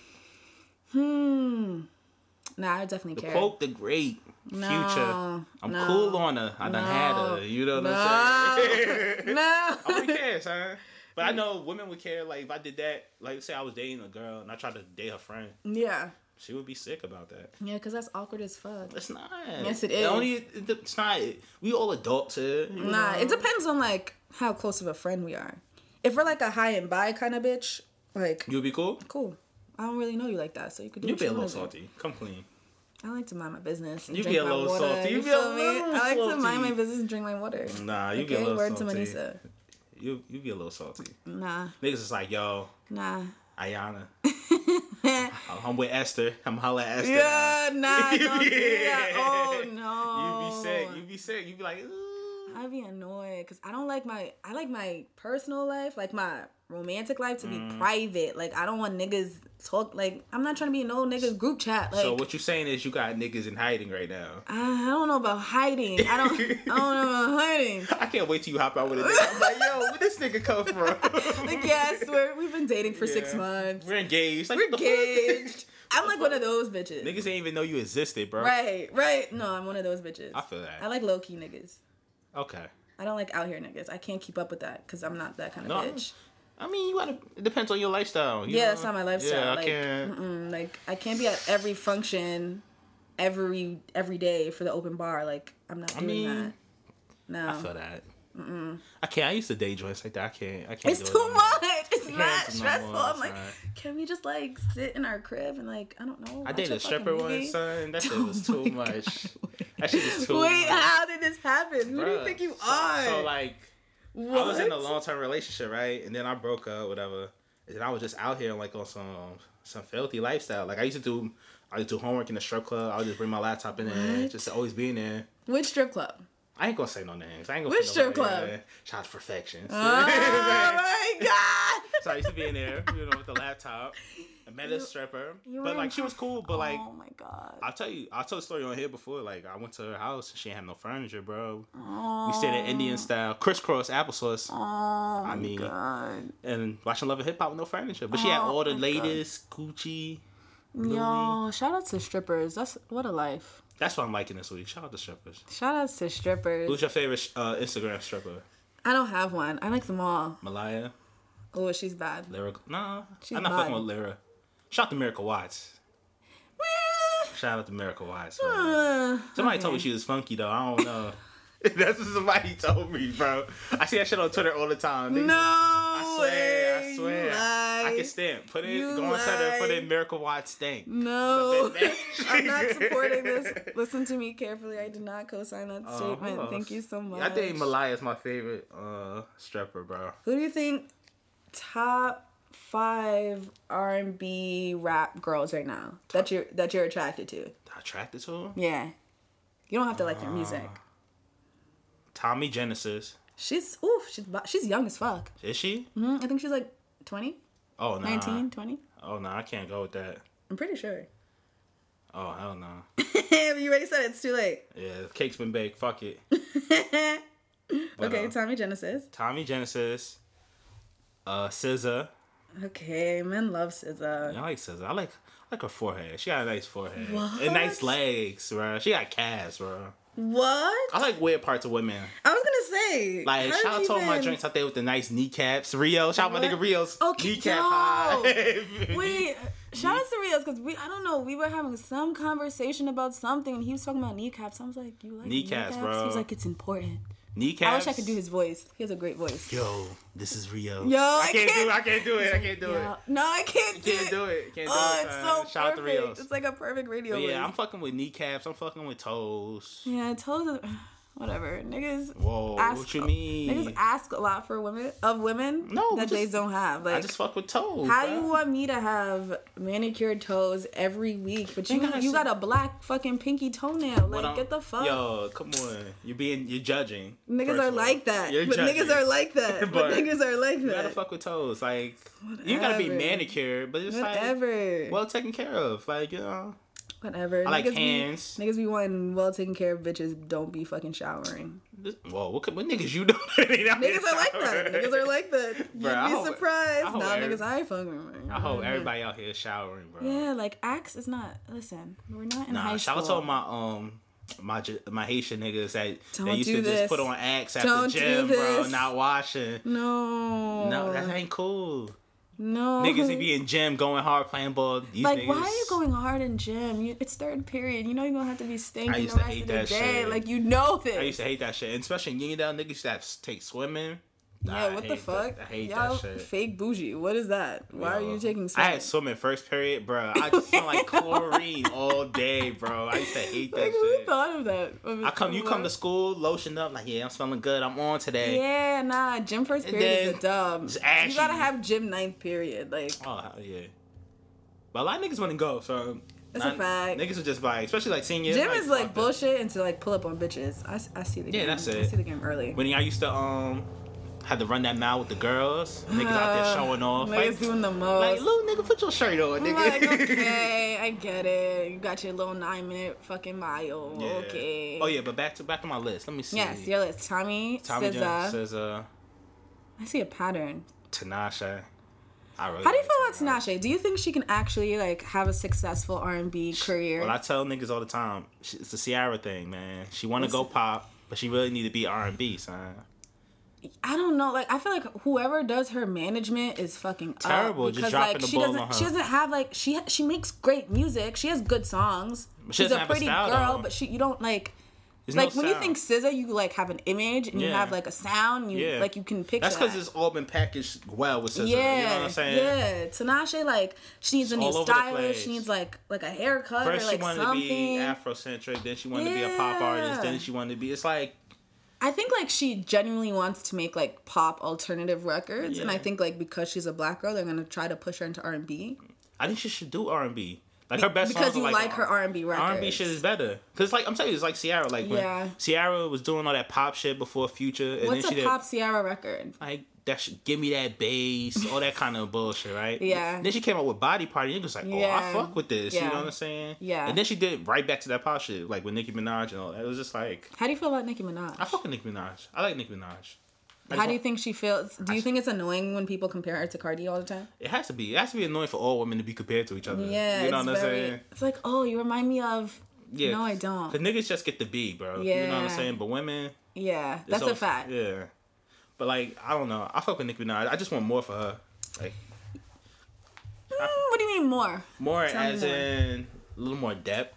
Nah, I would definitely care.
Quote the great future. I'm
no,
cool on her. I done had
no,
her. You know what I'm saying?
no, no.
I wouldn't care, son. But
Mm.
I know women would care. Like if I did that, like say I was dating a girl and I tried to date her friend,
yeah,
she would be sick about that.
yeah, because that's awkward as fuck.
It's not.
Yes, it
The
is.
Only it- it's not. We all adults here. you
Nah,
know?
it depends on like how close of a friend we are. If we're like a high and by kind of bitch, like
You'd be cool.
cool. I don't really know you like that, so you could do.
You'd
what
be a
you
little
wanna do.
salty. Come clean.
I like to mind my business. And
You
drink
be a
my
little
water,
salty. You be a
feel me?
little
I like to mind my
salty.
business and drink my water.
Nah, you get a
Okay,
little
word
salty.
to Manisa.
You you be a little salty.
Nah,
Niggas is like, yo,
nah.
Ayana. I'm- I'm with Esther. I'm holla at Esther.
Yeah, nah, don't do that.
Yeah.
Oh
now.
no.
You be sick. You be sick. You be like, ooh.
I'd be annoyed because I don't like my I like my personal life, like my romantic life to be
Mm.
private. Like I don't want niggas talk like I'm not trying to be in no niggas group chat. Like
so what you saying is you got niggas in hiding right now.
I, I don't know about hiding. I don't I don't know about hiding.
I can't wait till you hop out with a nigga. I'm like, yo, where this nigga come from?
Like yes, we're we've been dating for six
Yeah.
months.
We're engaged. Like,
We're
what the
engaged.
fuck?
I'm like one of those bitches.
niggas ain't even know you existed, bro.
Right, right. No, I'm one of those bitches.
I feel that.
I like low key niggas.
Okay.
I don't like out here niggas. I can't keep up with that because I'm not that kind of
No,
bitch.
I mean, you gotta. It depends on your lifestyle. you
yeah,
know?
that's not my lifestyle.
Yeah, I
like,
can't.
mm-mm, like I can't be at every function, every every day for the open bar. Like I'm not doing
mean,
that. No,
I feel that. I can't. I used to day joints like that. I can't. I can't.
it's
do it
too
no more.
much. It's
Yeah,
not
it's no more,
stressful. I'm
it's
like,
not.
can we just like sit in our crib and like I don't know?
I
watch
dated a
fucking
stripper
movie?
once, son. That shit was too much. That shit was too
Oh Wait,
much.
how did this happen? Who do you
Bruh.
think you
So-
are?
So, like,
what?
I was in a long term relationship, right? And then I broke up, whatever. And then I was just out here like on some some filthy lifestyle. Like I used to do, I used to do homework in the strip club. I would just bring my laptop in there,
What?
just to always be in there.
Which strip club?
I ain't gonna say no names. I ain't gonna
Which
say no
strip
nobody.
club?
Yeah. Shout out to Perfection.
Oh my god!
so I used to be in there, you know, with the laptop. I met a stripper,
you
but
were
like
in
she was cool. But like
oh my god!
I'll tell you, I told a story on here before. Like I went to her house, and she ain't had no furniture, bro. We stayed at Indian style crisscross applesauce.
Oh my
I mean,
god!
and watching Love and Hip Hop with no furniture. But she had
Oh,
all the latest Gucci.
Yo, shout out to strippers. That's what a life.
That's what I'm liking this week. Shout out to strippers.
Shout outs to strippers.
Who's your favorite uh, Instagram stripper?
I don't have one. I like them all.
Malaya,
Oh, she's bad.
Lyra. Nah,
She's
I'm not fucking
bad.
with Lyra. Shout out to Miracle Watts.
Meh.
Shout out to Miracle Watts. bro.
Uh,
Somebody told me she was funky though. I don't know. That's what somebody told me, bro. I see that shit on Twitter all the time. Niggas-
No,
I swear,
way.
I
You
swear. I
lie.
can stamp. Put it,
You
go on Twitter, put
lie.
in Miracle Watts stank.
No, I'm not supporting this.
Uh,
Listen to me carefully. I did not co-sign that
hold
statement.
on.
Thank you so much.
I think Malaya is my favorite uh, stripper, bro.
Who do you think top five R and B rap girls right now that you're that you're attracted to?
Attracted to him?
Yeah, you don't have to like their music.
Ah. Tommy Genesis.
She's oof, she's bu- she's young as fuck.
Is she?
Mm, I think she's like 20,
Oh, nah.
19, 20.
Oh, no, I can't go with that.
I'm pretty sure.
Oh, hell no.
you already said it. it's too late.
Yeah, the cake's been baked. Fuck it. But,
Okay,
uh,
Tommy Genesis.
Tommy Genesis. Uh, SZA.
Okay, men love SZA.
I like SZA. I like I like her forehead. She got a nice forehead.
What?
And nice legs, bro. She got calves, bro.
What?
I like weird parts of women.
I was gonna say.
Like
how
shout out
did
to
you
all my
even-
drinks out there with the nice kneecaps. Rio, shout out my
What?
nigga Rio's
Okay,
kneecap
yo.
high.
Wait, shout out to Rios because we I don't know we were having some conversation about something and he was talking about kneecaps. I was like, you like
Kneecaps,
kneecaps?
bro.
He was like, it's important.
kneecaps.
I wish I could do his voice. He has a great voice.
Yo, this is Rio.
Yo,
I
I
can't,
can't-
do. I can't do it. I can't do
Yeah. Uh, No, I can't,
it. Can't do it. Can't do
Oh,
it.
it's
son.
so
shout out to
perfect.
Rios.
It's like a perfect radio.
But yeah, I'm
voice.
fucking with kneecaps. I'm fucking with toes.
yeah. Tell us, whatever, niggas.
Whoa,
ask-
what you mean?
Niggas ask a lot for women of women
No,
that
we
they
just-
don't have. Like
I just fuck with toes.
How
bruh.
you want me to have manicured toes every week, but you
Ain't gotta
you
say-
got a black fucking pinky toenail? Like,
But I'm-
get the fuck.
Yo, come on. You're being, you're judging.
niggas
first
are
of all.
like that.
You're
But
judging.
niggas are like that. But,
But
niggas are like
You gotta
that.
fuck with toes. Like, you gotta be
Whatever.
manicured, but it's like
Whatever.
well taken care of. Like, you know,
Whatever.
I like
niggas
hands.
Be, niggas be wanting well taken care of bitches. Don't be fucking showering.
this- whoa, what, could- what niggas you doing? niggas
Niggas are like that. Niggas are like that. You'd
Bruh, I
be
hope-
surprised.
I hope
Nah,
every-
niggas I fucking.
I hope everybody out here is showering, bro.
Yeah, like axe is not. Listen, we're not in
Nah,
high
shout
school.
out to all my um. My J- my Haitian niggas that that
Don't
used
do
to just
this.
put on acts after
Don't do
gym, bro,
this.
not washing.
no.
No, that ain't cool.
No.
Niggas that be in gym going hard playing ball. These
Like,
niggas,
why are you going hard in gym? You, it's third period. You know you're gonna have to be
I
stinking
used
the
to
rest
hate
of the
that
day.
shit.
Like, you know
I
this.
used to hate that shit, and especially in Uniontown, niggas used to have to take swimming. Nah,
yeah,
I
what
hate
the
that-
fuck?
I hate
Y'all
that shit.
fake bougie. What is that? Why are
Yo,
you taking?
I had swimming first period, bro. I just smell like chlorine all day, bro. I used to hate that
like, who
shit.
thought of that? Of-
I come, you
of-
come to school, lotion up, like yeah, I'm smelling good. I'm on today.
Yeah, nah. Gym first
And
period is
then
a dub.
ashy.
You gotta have gym ninth period. Like,
Oh hell yeah. But a lot of niggas wouldn't go, so
That's a
not-
fact.
Niggas would just buy, especially like senior.
gym is
fuck
like
that.
bullshit and to like pull up on bitches. I, s- I see the
Yeah,
game.
that's
I
it.
see the game early.
When I used to um, had to run that mile with the girls, niggas out there showing off,
Niggas
like,
doing the most.
like little nigga, put your shirt on, nigga.
I'm like, okay, I get it. You got your little nine minute fucking mile.
Yeah.
Okay.
Oh yeah, but back to back to my list. Let me see.
Yes, your list. Tommy,
Tommy
SZA.
Jones says uh
I see a pattern.
Tinashe. I really
How do you feel about Tinashe? Do you think she can actually like have a successful R and B career?
Well, I tell niggas all the time, sh- it's the Ciara thing, man. She want to go pop, but she really need to be R and B, son.
I don't know. Like I feel like whoever does her management is fucking up
Terrible, just
because
dropping
like
the
she
ball on
doesn't
her.
she doesn't have like she she makes great music. She has good songs.
she
She's
doesn't
a
have a
pretty
style,
girl,
though.
but she you don't like
There's no
like when you
sound.
think SZA, you like have an image and you
Yeah.
have like a sound. You
Yeah.
like you can picture.
That's because
that.
it's all been packaged well with SZA.
yeah,
you know what I'm saying?
yeah. Tinashe like she needs a
all
new
over the
stylist.
place.
She needs like like a haircut
First
or like
she wanted
something.
to be Afrocentric, then she wanted to be a pop artist,
Yeah.
then she wanted to be. It's like
I think like she genuinely wants to make like pop alternative records, and I
Yeah.
think like because she's a black girl, they're gonna try to push her into R and B
I think she should do R and B. Like her best
because
songs
you
are
like,
like,
her R and B records.
R and B shit is better. Cause like I'm telling you, it's like Ciara. Like when
Yeah.
Ciara was doing all that pop shit before Future, and
What's
then she
a
did
pop Sierra record?
like that. Shit, give me that bass, all that kind of bullshit, right?
Yeah.
Then she came out with Body Party, and it was like, oh,
Yeah.
I fuck with this.
Yeah.
You know what I'm saying?
Yeah.
And then she did right back to that pop shit, like with Nicki Minaj and all that. It was just like
How do you feel about Nicki Minaj?
I fuck with Nicki Minaj. I like Nicki Minaj. I
How
just
do you think she feels? Do you think it's annoying when people compare her to Cardi all the time?
It has to be. It has to be annoying for all women to be compared to each other.
Yeah,
you know
it's
what I'm
very.
saying?
It's like, oh, you remind me of.
Yeah,
No, I don't.
Cause niggas just get the B, bro. You know what I'm
Yeah.
saying? But women, it's
Yeah, that's a
always-
fact.
Yeah, but like I don't know. I fuck with Nicki Minaj. I just want more for her. Like
Mm, what do you mean more?
more
Tell me
as
more.
in a little more depth.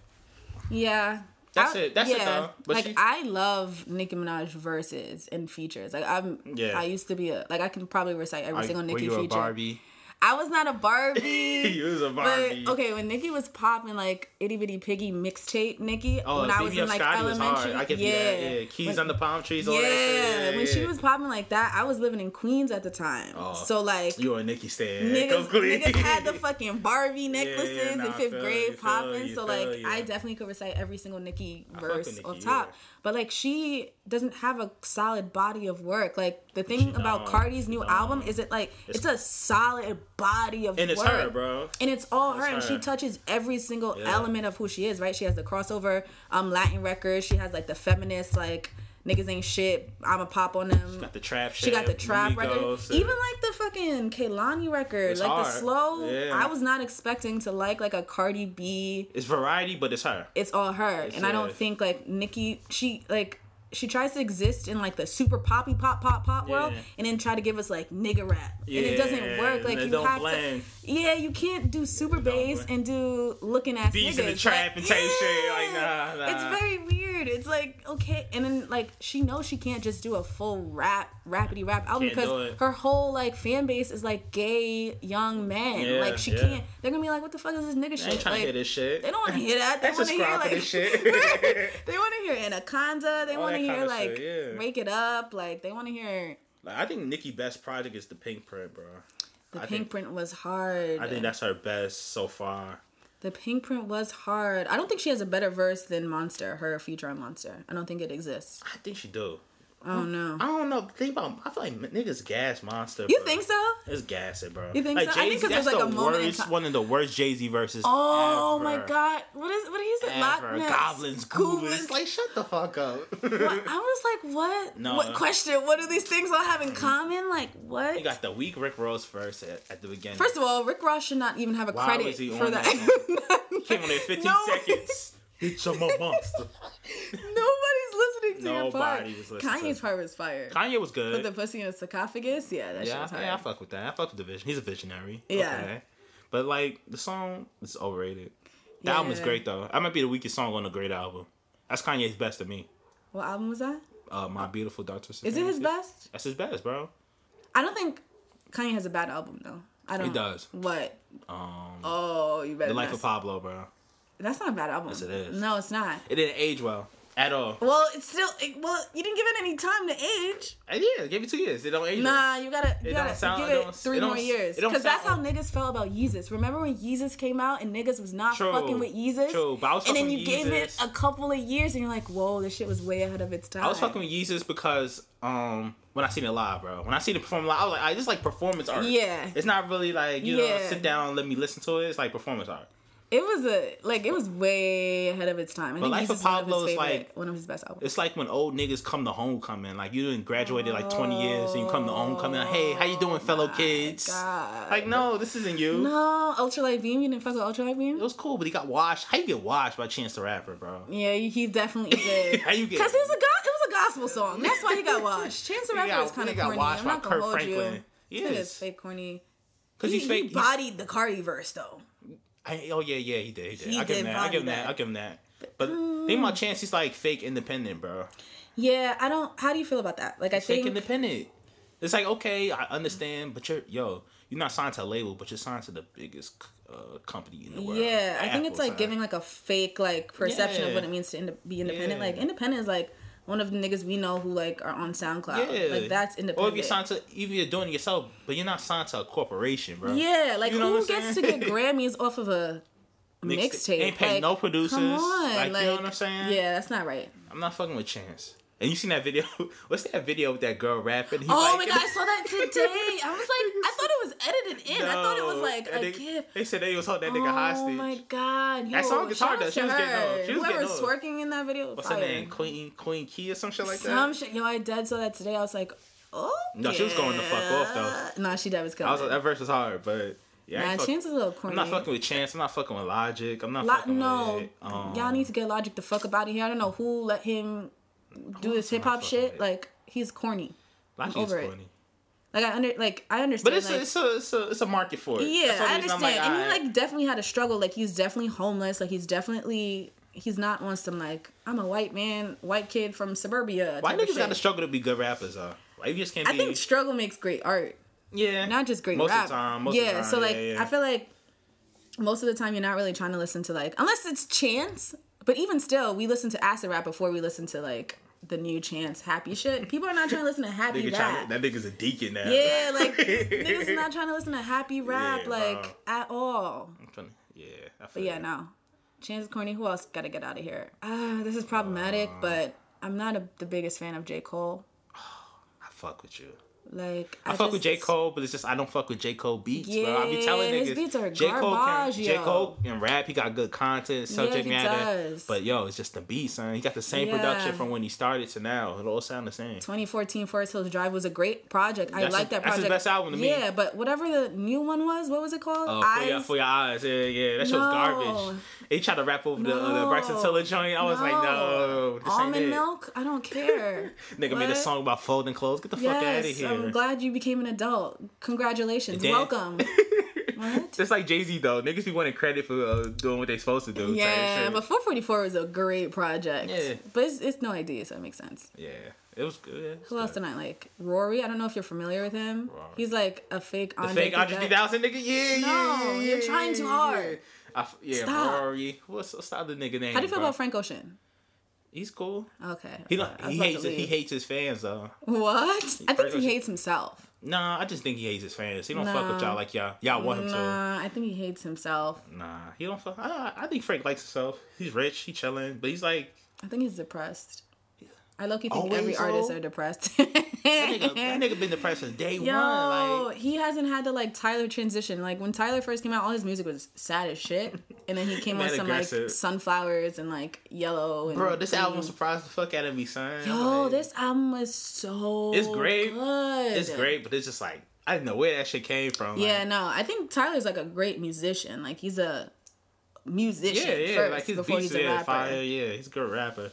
Yeah.
That's it. That's it, though. But
like
she-
I love Nicki Minaj verses and features. Like I'm,
Yeah.
I used to be a like I can probably recite every
Like,
single
were
Nicki
you a
feature.
Barbie?
I was not a Barbie.
You was a
But
Barbie.
okay, when Nikki was popping like itty bitty piggy mixtape, Nikki,
Oh,
when I was in like
Scotty was
elementary,
hard. I can
yeah,
yeah. yeah. Keys
When-
on the palm trees. All
yeah,
that shit. Yeah,
when she
yeah. Oh,
was popping like that, I was living in Queens at the time. so like,
you were a Nicki stan.
niggas,
Come clean.
niggas had the fucking Barbie
yeah, nah,
necklaces in
I
fifth
feel you,
grade
feel
popping.
you,
So
feel
like
you.
I definitely could recite every single Nicki
fuck with
verse
Nicki,
off top.
yeah.
But like she doesn't have a solid body of work. Like the thing about
don't,
Cardi's
she
new
don't.
album is it like it's, a solid body of
and it's
work.
her, bro.
And it's all her, and
her.
she touches every single
Yeah.
element of who she is, right? She has the crossover um Latin record. She has like the feminist, like niggas ain't shit. I'ma pop on them.
Got the trap shit.
She got the trap record.
Migos, and-
Even like the fucking Kaylani record,
It's
like the
hard.
slow.
Yeah.
I was not expecting to like like a Cardi B.
it's variety, but it's her.
It's all her, and I don't
yeah.
think like Nicki. She like she tries to exist in like the super poppy pop pop pop world,
Yeah.
and then try to give us like nigga rap, and it doesn't
Yeah,
work. Like
and it
you
don't
have
blend.
to. Yeah, you can't do super bass
blend.
and do looking ass
Beats
niggas.
in the trap and type shit, like,
yeah.
nah, nah.
It's very weird. It's like okay, and then like she knows she can't just do a full rap rapidy rap album
Can't do
because
it.
her whole like fan base is like gay young men.
Yeah,
like she
yeah.
can't. They're gonna be like, what the fuck is this nigga shit?
I ain't trying
like,
to hear this shit.
They don't want to hear that. They
That's
want to hear
subscribe
like
for this shit.
they want to hear anaconda. They
All
want to
that
hear
kinda
like
shit, yeah.
wake it up. Like they want to hear
Like, I think Nicki best project is the Pink Print, bro.
the
I
pink
think,
print was hard.
I think that's her best so far.
the pink print was hard. I don't think she has a better verse than Monster. Her feature on Monster. I don't think it exists.
I think she do.
I don't know.
I don't know. Think about. I feel like niggas gas monster.
You
bro.
think so?
It's gas it, bro.
You think
like,
so? I think 'cause
that's
there's, like,
the
a moment in
worst,
time-
one of the worst Jay Z verses.
Oh
ever.
my god. What is what is it? Loch
Ever.
Ness.
Goblins, goblins. Like shut the fuck up.
What? I was like, what?
No. Mm-hmm.
What question? What do these things all have in common? Like what?
you got the weak Rick Ross first at, at the beginning.
First of all, Rick Ross should not even have a
Why
credit
was he
for
on
that.
came on in 15
No.
seconds. Bitch, I'm a monster.
Nobody's listening to your part.
Nobody was listening to
Kanye's
it.
part was fire.
Kanye was good.
With the pussy in a sarcophagus, yeah, that shit
Yeah,
was
I,
hard.
yeah, I fuck with that. I fuck with the vision. He's a visionary.
Yeah.
Okay. But like the song is overrated. The album is
Yeah.
great though. That might be the weakest song on the great album. That's Kanye's best to me.
What album was that?
Uh, my beautiful daughter.
Is it his best?
That's his best, bro.
I don't think Kanye has a bad album though. I don't.
does.
What?
Um,
Oh, you better.
the life
not
of
s-
Pablo, bro.
That's not a bad album.
Yes, it is.
No, it's not.
It didn't age well at all. Uh,
Well, it's still. It, well, you didn't give it any time to age.
And yeah, give it two years. It don't age. well.
Nah, you gotta, you
It
gotta
don't sound-
give
it
it,
don't-
three
it don't
more
s-
years.
it don't
Because that's how
sound-
niggas felt about Yeezus. Remember when Yeezus came out and niggas was not
True,
fucking with Yeezus?
true. But I was
and then
fucking with
you gave it
Yeezus.
a couple of years and you're like, whoa, this shit was way ahead of its time.
I was fucking with Yeezus because um when I seen it live, bro. When I seen it perform live, I was like, I just like performance art.
Yeah.
It's not really like you know
Yeah.
sit down, let me listen to it. It's like performance art.
It was a like it was way ahead of its time. I think
Life
Yeezus
of
is one of
Pablo
his
is
favorite,
like-
one of his best albums.
It's like when old niggas come to homecoming. Like you didn't graduated like twenty years and you come to homecoming. Like, hey, how you doing, fellow kids?
God.
Like no, this isn't you.
No, Ultralight Beam. You didn't fuck with Ultralight
It
Beam.
was cool, but he got washed. How you get washed by Chance the Rapper, bro?
Yeah, he definitely did.
How you get-
Cause it was a go- it was a gospel song. That's why he got washed. Chance the
He
Rapper
got-
is kind
he
of
got
corny.
washed
I'm
by
not gonna
Kirk
hold
Franklin.
you.
He
This nigga's
is.
fake corny.
because
He,
he's fake.
he bodied the Cardi verse though.
I, oh yeah, yeah, he did. He did.
He
I give him
did
that. I give him
body
that. I give him that. But think about Chance. He's like fake independent, bro.
Yeah, I don't. How do you feel about that? Like, I
Fake
think
independent. It's like okay, I understand, but you're yo, you're not signed to a label, but you're signed to the biggest uh, company in the world.
Yeah, I think
Apple
it's like
signed.
giving like a fake like perception of
Yeah.
what it means to ind- be independent.
Yeah.
Like independent is like one of the niggas we know who like are on SoundCloud. Like that's independent.
Or if you're signed to, even you're doing it yourself, but you're not signed to a corporation, bro.
yeah, like
You know
who
what I'm
gets to
saying?
get Grammys off of a mixtape?
Ain't paying
Like,
no producers.
Come on,
like, you know what I'm saying?
Yeah, that's not right.
I'm not fucking with Chance. And you seen that video? What's that video with that girl rapping? He's
Oh my
like-
god, I saw that today. I was like, I thought it was edited in. I thought it was
No.
like
That
a
nigga-
gift.
They said they was holding that nigga
Oh
hostage.
my god, yo,
That song is
shout
hard, though.
out
She
to
was getting
her.
old. She was getting
Whoever's
old.
twerking in that video,
What's
fire.
her name? Queen Queen Key or some shit like
Some
that.
shit. Yo, I dead saw that today. I was like, oh.
No, she was going the fuck off, though.
Nah, she dead was
I was like,
killing. it.
that verse was hard, but yeah, I
Nah,
ain't fuck-
Chance is a little
I'm
corny.
not fucking with Chance. I'm not fucking with Logic. I'm not
Lo-
fucking
no,
with. Um,
y'all need to get Logic the fuck up out of here. I don't know who let him do this hip hop
fucking
shit.
with.
Like he's corny.
Logic's
over it.
corny.
Like I under like I understand.
But it's,
like,
a, it's a it's a it's a market for it.
yeah,
That's oh the
I
reason I'm
understand.
like,
and he
alright.
like definitely had a struggle. Like he's definitely homeless. Like he's definitely he's not on some like I'm a white man, white kid from suburbia.
Why
type of
niggas gotta
shit.
struggle to be good rappers though? Like, you just can't
I
be.
think struggle makes great art.
yeah,
not just great
most
rap.
Of the time, most
yeah,
of the time,
so like
yeah, yeah.
I feel like most of the time you're not really trying to listen to like unless it's Chance, but even still, we listen to acid rap before we listen to like the new Chance happy shit. People are not trying to listen to happy
Nigga tryna-
rap.
that nigga's a deacon now.
yeah, like niggas is not trying to listen to happy rap
Yeah,
like
wow.
at all.
Tryna- yeah, I feel
But yeah,
that.
no. Chance is corny. Who else got to get out of here? Ah, this is problematic, but I'm not a, the biggest fan of J Cole.
I fuck with you.
Like
I, fuck
just-
with J Cole, but it's just I don't fuck with J Cole beats, bro. I be telling
Yeah,
niggas
his beats are
J Cole can
garbage,
J
yo.
Cole can rap. He got good content, subject
he
matter.
does.
But yo, it's just the beat, son. He got the same
Yeah.
production from when he started to now. It all sound the same.
2014 Forest Hills Drive was a great project. I
That's
like
his-
that
that's his
project.
best album to me.
Yeah, but whatever the new one was, what was it called?
Uh, for, your, for your eyes, yeah, yeah, that shit was garbage.
No.
He tried to rap over the, uh, the
No.
Bryson Tiller joint. I was like, no, this ain't
Almond
it.
milk? I don't care.
Nigga made a
What?
song about folding clothes. Get the fuck out of
Yes,
here.
I'm glad you became an adult. Congratulations.
Then-
Welcome. what?
Just like Jay Z though, niggas be wanting credit for uh, doing what they supposed to do. type
Yeah,
shit.
but 444 was a great project.
Yeah.
But it's, it's no idea, so it makes sense.
yeah, it was good. yeah, it was
Who else
good.
did I like? Rory. I don't know if you're familiar with him.
Rory.
He's like a fake
The fake Andre 3000 nigga, yeah, yeah,
No,
yeah,
you're
yeah,
trying too
yeah.
hard.
I f- yeah,
Stop.
Rory. What's, what's the other nigga name?
How do you feel
bro?
about Frank Ocean?
He's cool.
Okay.
He
I
don't,
was
he
about
hates
to
his, he
leave.
hates his fans though.
What? I think
Frank
he
Ocean-
hates himself.
Nah, I just think he hates his fans. He don't fuck with
Nah.
y'all like y'all. Y'all want him to.
Nah, I think he hates himself.
Nah, he don't fuck. I, I think Frank likes himself. He's rich. He chilling, but he's like
I think he's depressed. I low key think
Always,
every artist
though?
are depressed.
Oh, that nigga, that nigga been depressed since day one.
Yo,
Like
he hasn't had the like Tyler transition. Like when Tyler first came out, all his music was sad as shit, and then he came
Mad
with some like
aggressive.
sunflowers and like yellow. And
Bro, this
green.
album surprised the fuck out of me, son.
Yo,
Like,
this album was so.
It's great.
Good.
it's great, but it's just like I didn't know where that shit came from.
Yeah,
like,
no, I think Tyler's like a great musician. Like he's a musician
yeah, yeah.
first
like his
before
beats,
he's a
yeah,
rapper.
fire, yeah. He's a good rapper.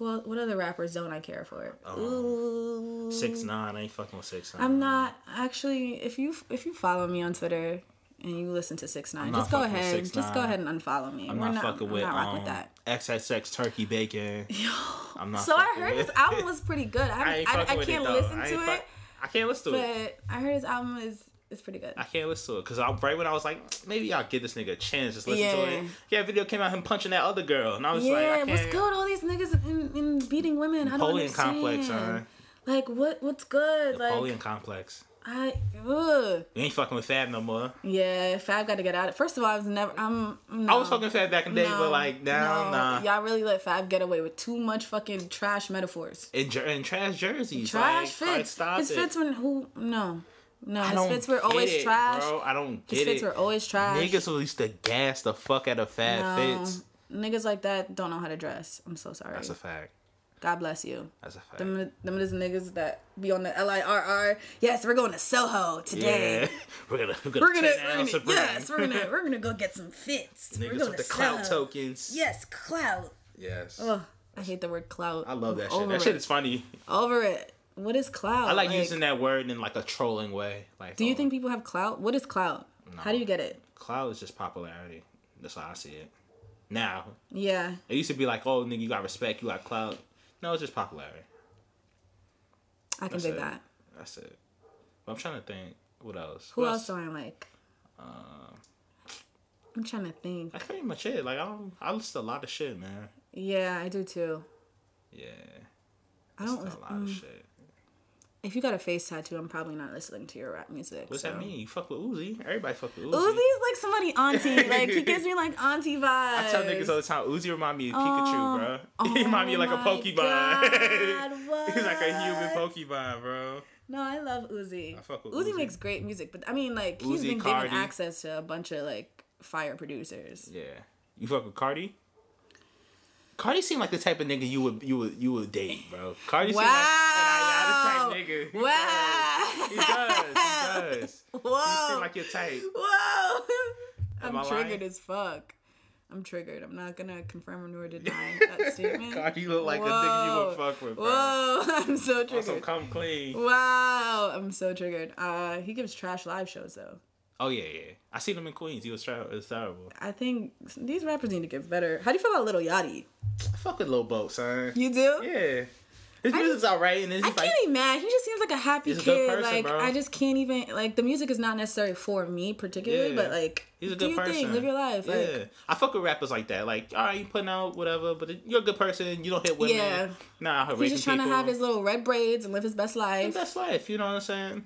Well, what other rappers don't I care for?
Um,
Ooh,
Six nine, I ain't fucking with six nine.
I'm not actually. If you if you follow me on Twitter and you listen to Six Nine,
not
just go
fucking with
ahead,
6ix9ine.
just go ahead and unfollow me.
I'm
We're
not, fucking
I'm
with
not rocking
um,
with that.
XXX Turkey Bacon. I'm not.
So I
fucking
heard
with-
his album was pretty good. I
I
haven't-
ain't
I,
fucking
I,
with
can't
it, though.
listen
I
to
ain't
it,
fuck- I can't listen to it.
but I heard his album is is pretty good.
I can't listen to it because I'm right when I was like, maybe I'll give this nigga a chance. Just listen to
Yeah.
it. Yeah, video came out him punching that other girl, and I was like, I
yeah,
can't.
what's good? All these niggas in, in beating women. I don't
Napoleon
understand.
complex, huh?
Like what? What's good?
Napoleon
Like
complex.
I. Ugh.
You ain't fucking with Fab no more.
Yeah, Fab got to get out. of First of all, I was never. I'm.
I was fucking with Fab back in the day, but like now, nah.
Y'all really let Fab get away with too much fucking trash metaphors.
In, jer- in trash jerseys,
Trash
like, like,
fits.
stop
his
it.
fits when who? No, no.
I
His
don't
fits were
get
always
it,
trash.
Bro. I don't get
His fits
it.
were always trash.
Niggas who used to gas the fuck out of Fab
No.
fits.
Niggas like that don't know how to dress. I'm so sorry.
That's a fact.
God bless you.
That's a fact.
Them, them is niggas that be on the L I R R. Yes, we're going to Soho today.
Yeah, we're gonna we're gonna,
We're gonna,
turn down
we're gonna
Sabrina.
yes, we're gonna, we're gonna go get some fits. we're
niggas
going
with
to
the clout
Soho.
tokens.
Yes, clout.
Yes.
Ugh, I hate the word clout.
I love that shit.
Oh, I'm Over
That shit
it.
is funny.
over it. What is clout?
I like, using that word in like a trolling way. Like,
Do you
oh,
think people have clout? What is clout? How do you get it?
clout is just popularity? That's how I see it. Now
Yeah.
it used to be like, oh nigga, you got respect, you got clout. No, it's just popularity.
I can
That's
dig
it.
that.
That's it. But I'm trying to think. What else? Um,
Who else do I like? I'm trying to think.
That's pretty much it. Like I don't. I list a lot of shit, man.
Yeah, I do too.
Yeah,
I
I
don't. mm.
list a lot of shit.
If you got a face tattoo, I'm probably not listening to your rap music.
What's
so.
that mean? You fuck with Uzi. Everybody fuck with Uzi.
Uzi's like somebody auntie. Like he gives me like auntie vibes.
I tell niggas all the time, Uzi remind me of Pikachu, bro. he
oh
remind me of like a
my
Pokemon.
God,
He's like a human
what?
Pokemon, bro.
No, I love Uzi.
I fuck with
Uzi,
Uzi.
makes great music, but I mean, like he's
Uzi,
been
Cardi.
given access to a bunch of like fire producers.
Yeah. You fuck with Cardi? Cardi seemed like the type of nigga you would you would you would date, bro. Cardi seemed
Wow.
like an Ayana type nigga. He
Wow.
does. He does. He
Whoa.
seem like your type.
Whoa.
Am
I'm
I
triggered
lying?
as fuck. I'm triggered. I'm not gonna confirm nor deny that statement.
Cardi look like a nigga you would fuck with, bro.
Whoa, I'm so triggered.
Also, come clean.
wow, I'm so triggered. Uh, he gives trash live shows though.
Oh yeah, yeah. I seen him in Queens. He was, ter- it was terrible.
I think these rappers need to get better. How do you feel about Little Yachty?
I fuck with Lil Boat, son.
You do?
Yeah. His music's alright, and it's
I
just
can't
like
be mad. He just seems like a happy
He's a
kid.
good person,
like
bro.
I just can't even like the music is not necessary for me particularly,
Yeah.
but like
He's a
do
good
your
person.
thing, live your life.
Yeah,
Like
I fuck with rappers like that. Like, all right, you putting out whatever, but you're a good person. You don't hit women.
Yeah.
Nah, harassing
he's just trying
people.
to have his little red braids and live his best life.
best life. You know what I'm saying?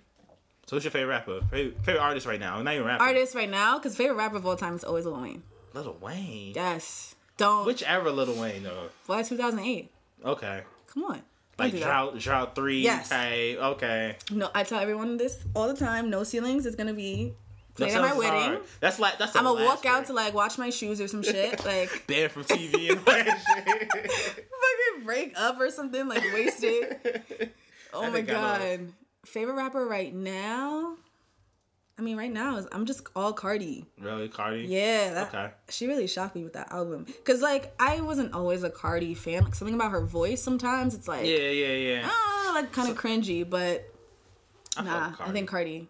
So, who's your favorite rapper? Favorite, favorite artist right now? Not even rapper.
Artist right now, because favorite rapper of all time is always Lil Wayne.
Little Wayne.
Yes, don't. Which?
Whichever Little Wayne though.
Why 2008?
Okay.
Come on. Don't
Like
do that.
drought, drought three.
Yes.
Type. Okay.
No, I tell everyone this all the time. No ceilings is gonna be played
That
at my
sounds
wedding.
hard. That's like that's.
I'm gonna walk out to like watch my shoes or some shit. Like
banned from TV and all that shit.
fucking break up or something like wasted. Oh
I
my
think I know.
god. Favorite rapper right now? I mean, right now is I'm just all Cardi.
really, Cardi?
Yeah. That,
Okay.
She really shocked me with that album because like I wasn't always a Cardi fan. Like something about her voice sometimes it's like
Yeah, yeah, yeah.
ah like kind of cringy, but
I fuck
nah.
with
I think Cardi.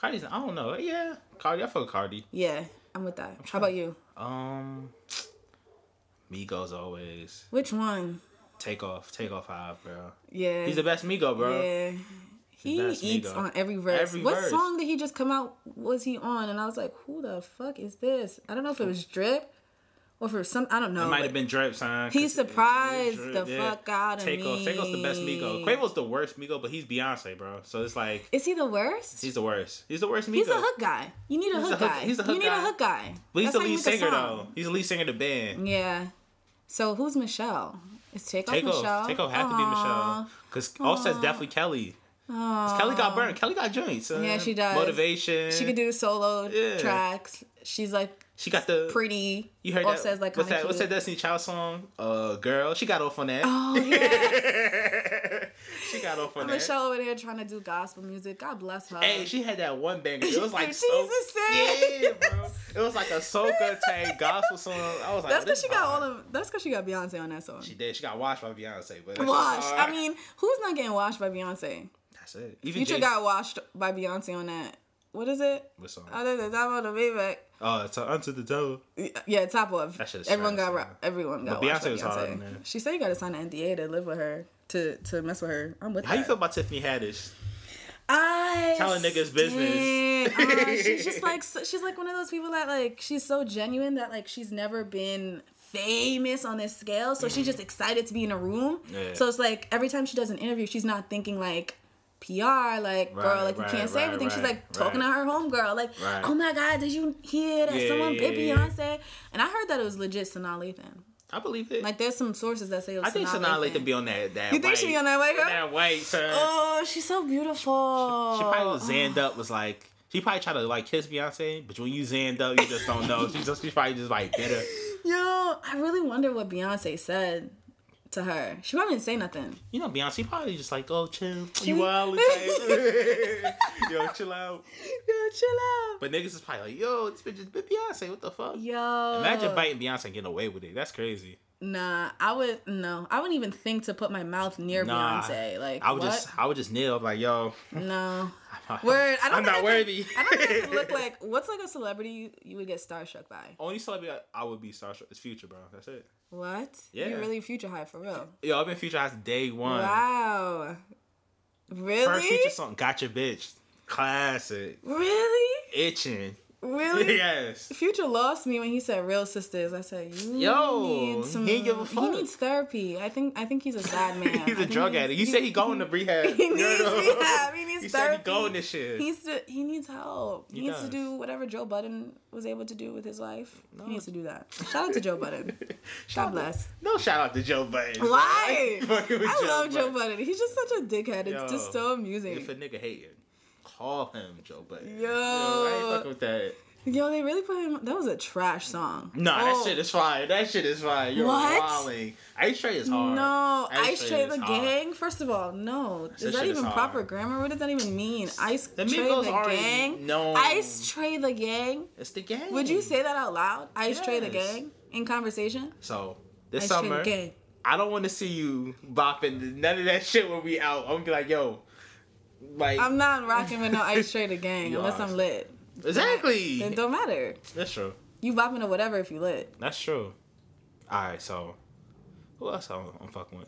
Cardi's. I don't know. Yeah, Cardi. I fuck with Cardi.
Yeah, I'm with that. How about you?
Um, Migos always
Which one?
take off, take off five, bro.
Yeah.
He's the best Migo, bro.
Yeah. He
That's me,
eats
though.
on every verse.
Every
what
verse.
song did he just come out? Was he on? And I was like, who the fuck is this? I don't know if it was Drip or for some. I don't know.
It might
but
have been Drip, son.
He
'cause
surprised
Drip,
the fuck out of
take Off. Take off's the best
me.
Migo. Quavo's the worst Migo, but he's Beyonce, bro. So it's like
Is he the worst?
he's the worst. He's the worst Migo.
He's a hook guy. You need a
He's
hook
a hook-
guy.
he's a hook
you need
guy.
a hook guy.
But he's
That's
the
how you
lead
make a
singer though.
song.
He's the lead singer of the band.
Yeah. So who's Michelle? Is Takeoff
Take
Michelle?
off. Take off had to be Michelle. Because Offset's definitely Kelly. 'Cause Kelly got burned. Kelly got joints. son.
Yeah, she does.
Motivation.
She could do solo
Yeah.
tracks. She's like
She got the
pretty.
You heard that?
Offset's, like
what's
kinda
that? What's that
cute.
Destiny Child song? Uh, girl, she got off on that.
Oh yeah.
she got off on that.
Michelle over there trying to do gospel music. God bless her.
Hey, she had that one banger. It was like
She's
so-
a saint.
Yeah, bro. It was like a soca type gospel song. I was like,
that's
oh,
because
this
she got all
hard.
of. That's because she got Beyonce on that song.
She did. She got washed by Beyonce, but that shit's
washed.
hard.
I mean, who's not getting washed by Beyonce?
that's it. Even
Future
Jay-
got washed by Beyonce on that. What is it?
What song?
Other than that, on the back.
Oh, it's a- unto the devil.
Yeah, top of.
That shit is
everyone
trash,
got
yeah.
ra- everyone got
But
washed by
Beyonce was hard on
Beyonce.
that.
She said you got to sign an NDA to live with her. To, to mess with her, I'm with
How
that.
you feel about Tiffany Haddish?
I
Telling niggas business.
stand- Uh, she's just like so- she's like one of those people that like she's so genuine that like she's never been famous on this scale, so she's just excited to be in a room.
Mm-hmm. Yeah.
So it's like every time she does an interview, she's not thinking like. PR, like
Right,
girl, like
right,
you can't say
right,
everything. She's
right,
like talking
right.
to her homegirl, like,
Right.
oh my god, did you hear that
Yeah,
someone
yeah,
bit
yeah, yeah.
Beyonce? And I heard that it was legit Sanaa Lathan.
I believe it.
Like there's some sources that say it was
I think Sanaa Lathan be on that. that
You think she
white-
be on that white girl?
That white, sir.
Oh, she's so beautiful.
She probably
Oh.
was zanned up. Was like she probably tried to like kiss Beyonce, but when you zanned up, you just don't know. She just she's probably just like bitter.
Yo, I really wonder what Beyonce said to her. She probably didn't say nothing.
You know, Beyonce probably just like, oh chill, you wild, and type. yo, chill out.
Yo, chill out.
But niggas is probably like, yo, this bitch is Beyonce. What the fuck?
Yo.
Imagine biting Beyonce and getting away with it. That's crazy.
Nah, I would no. I wouldn't even think to put my mouth near
Nah,
Beyonce. Like
I would
what?
just I would just kneel like yo.
no. Word. I don't
I'm
think
not
I could-
worthy.
I don't think I could look like what's like a celebrity you, you would get starstruck by.
Only celebrity I I would be starstruck is Future, bro. That's it.
What?
Yeah.
You're really future high for real.
Yo, I've been Future House day one.
Wow.
First Future
Really?
song, Gotcha Bitch, classic.
Really?
Itching.
Really?
yes.
Future lost me when he said "real sisters." I said, "You
Yo,
need
he
some,
ain't give a fuck.
He needs therapy. I think. I think he's a sad man. I
He's a
think
drug
he
addict.
needs-
You say he going to rehab.
He
You
needs
know?
rehab. He needs
You said
therapy.
he going to shit.
He needs to. He needs help. He,
He
needs to
does.
do whatever Joe Budden was able to do with his life. He needs to do that. Shout out to Joe Budden. God bless.
No shout out to Joe Budden.
Why?
Fucking with
I love Joe
Budden.
Budden. He's just such a dickhead. It's just
Yo,
so
If a
amusing.
nigga hating, call him Joe Budden.
Yo.
I ain't fucking with that.
Yo, they really put him. That was a trash song.
Nah,
Oh.
that shit is fire. That shit is fire. You're
What?
wilding. Ice Tray is hard.
No, Ice Tray
is
the
hard.
Gang. First of all, no. Is
That
that
shit is
even proper
hard.
grammar? What does that even mean? Ice
The
Tray
Migos
the
already
Gang.
known.
Ice Tray the Gang.
It's the gang.
Would you say that out loud? Ice Tray the
Yes.
Gang in conversation.
so? This
Ice
summer,
Tray the Gang.
I don't want to see you bopping none of that shit when we out. I'm gonna be like, yo, like
I'm not rocking with no Ice Tray the Gang
You
unless
are.
I'm lit. Then
exactly.
don't matter.
That's true.
You bopping to whatever if you lit.
That's true. All right, so who else I'm, I'm fucking with?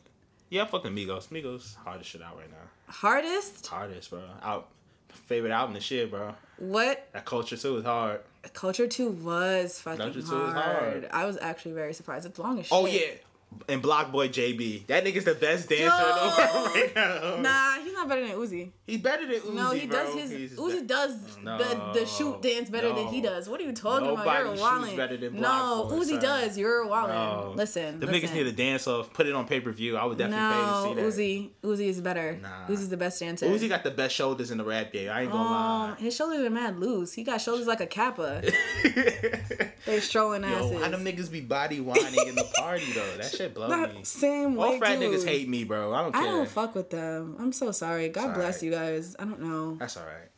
Yeah, I'm fucking Migos. Migos, hardest shit out right now.
Hardest?
Hardest, bro. Out favorite album this year, bro.
What?
That culture too is hard.
Culture 2 was fucking
Culture 2 is
hard.
hard.
I was actually very surprised. It's long as shit.
Oh yeah, and Block Boy JB. That nigga's the best dancer in the
Yo.
world right now.
Nah, he's not better than Uzi.
He's better than Uzi.
No, he
bro.
does his
He's
Uzi
be-
does the, the
No,
shoot dance better than he
no.
does. What are you talking
Nobody
about? You're
shoots
wallin.
better than
No,
Black Boy,
Uzi
son.
does. You're wallin.
No.
Listen,
The
listen.
niggas need to dance off. Put it on pay per view. I would definitely
No,
pay to see that.
Uzi, Uzi is better.
Nah.
Uzi's the best dancer.
Uzi got the best shoulders in the rap game. I ain't gonna
um, his shoulders are mad loose. He got shoulders like a kappa. they strolling asses.
lie. Yo, how them niggas be body whining in the party though? That shit blow me.
Not same
All
white
frat
dude.
niggas hate me, bro. I don't care.
I don't fuck with them. I'm so sorry. God
It's alright.
bless you guys. I don't know.
That's all right.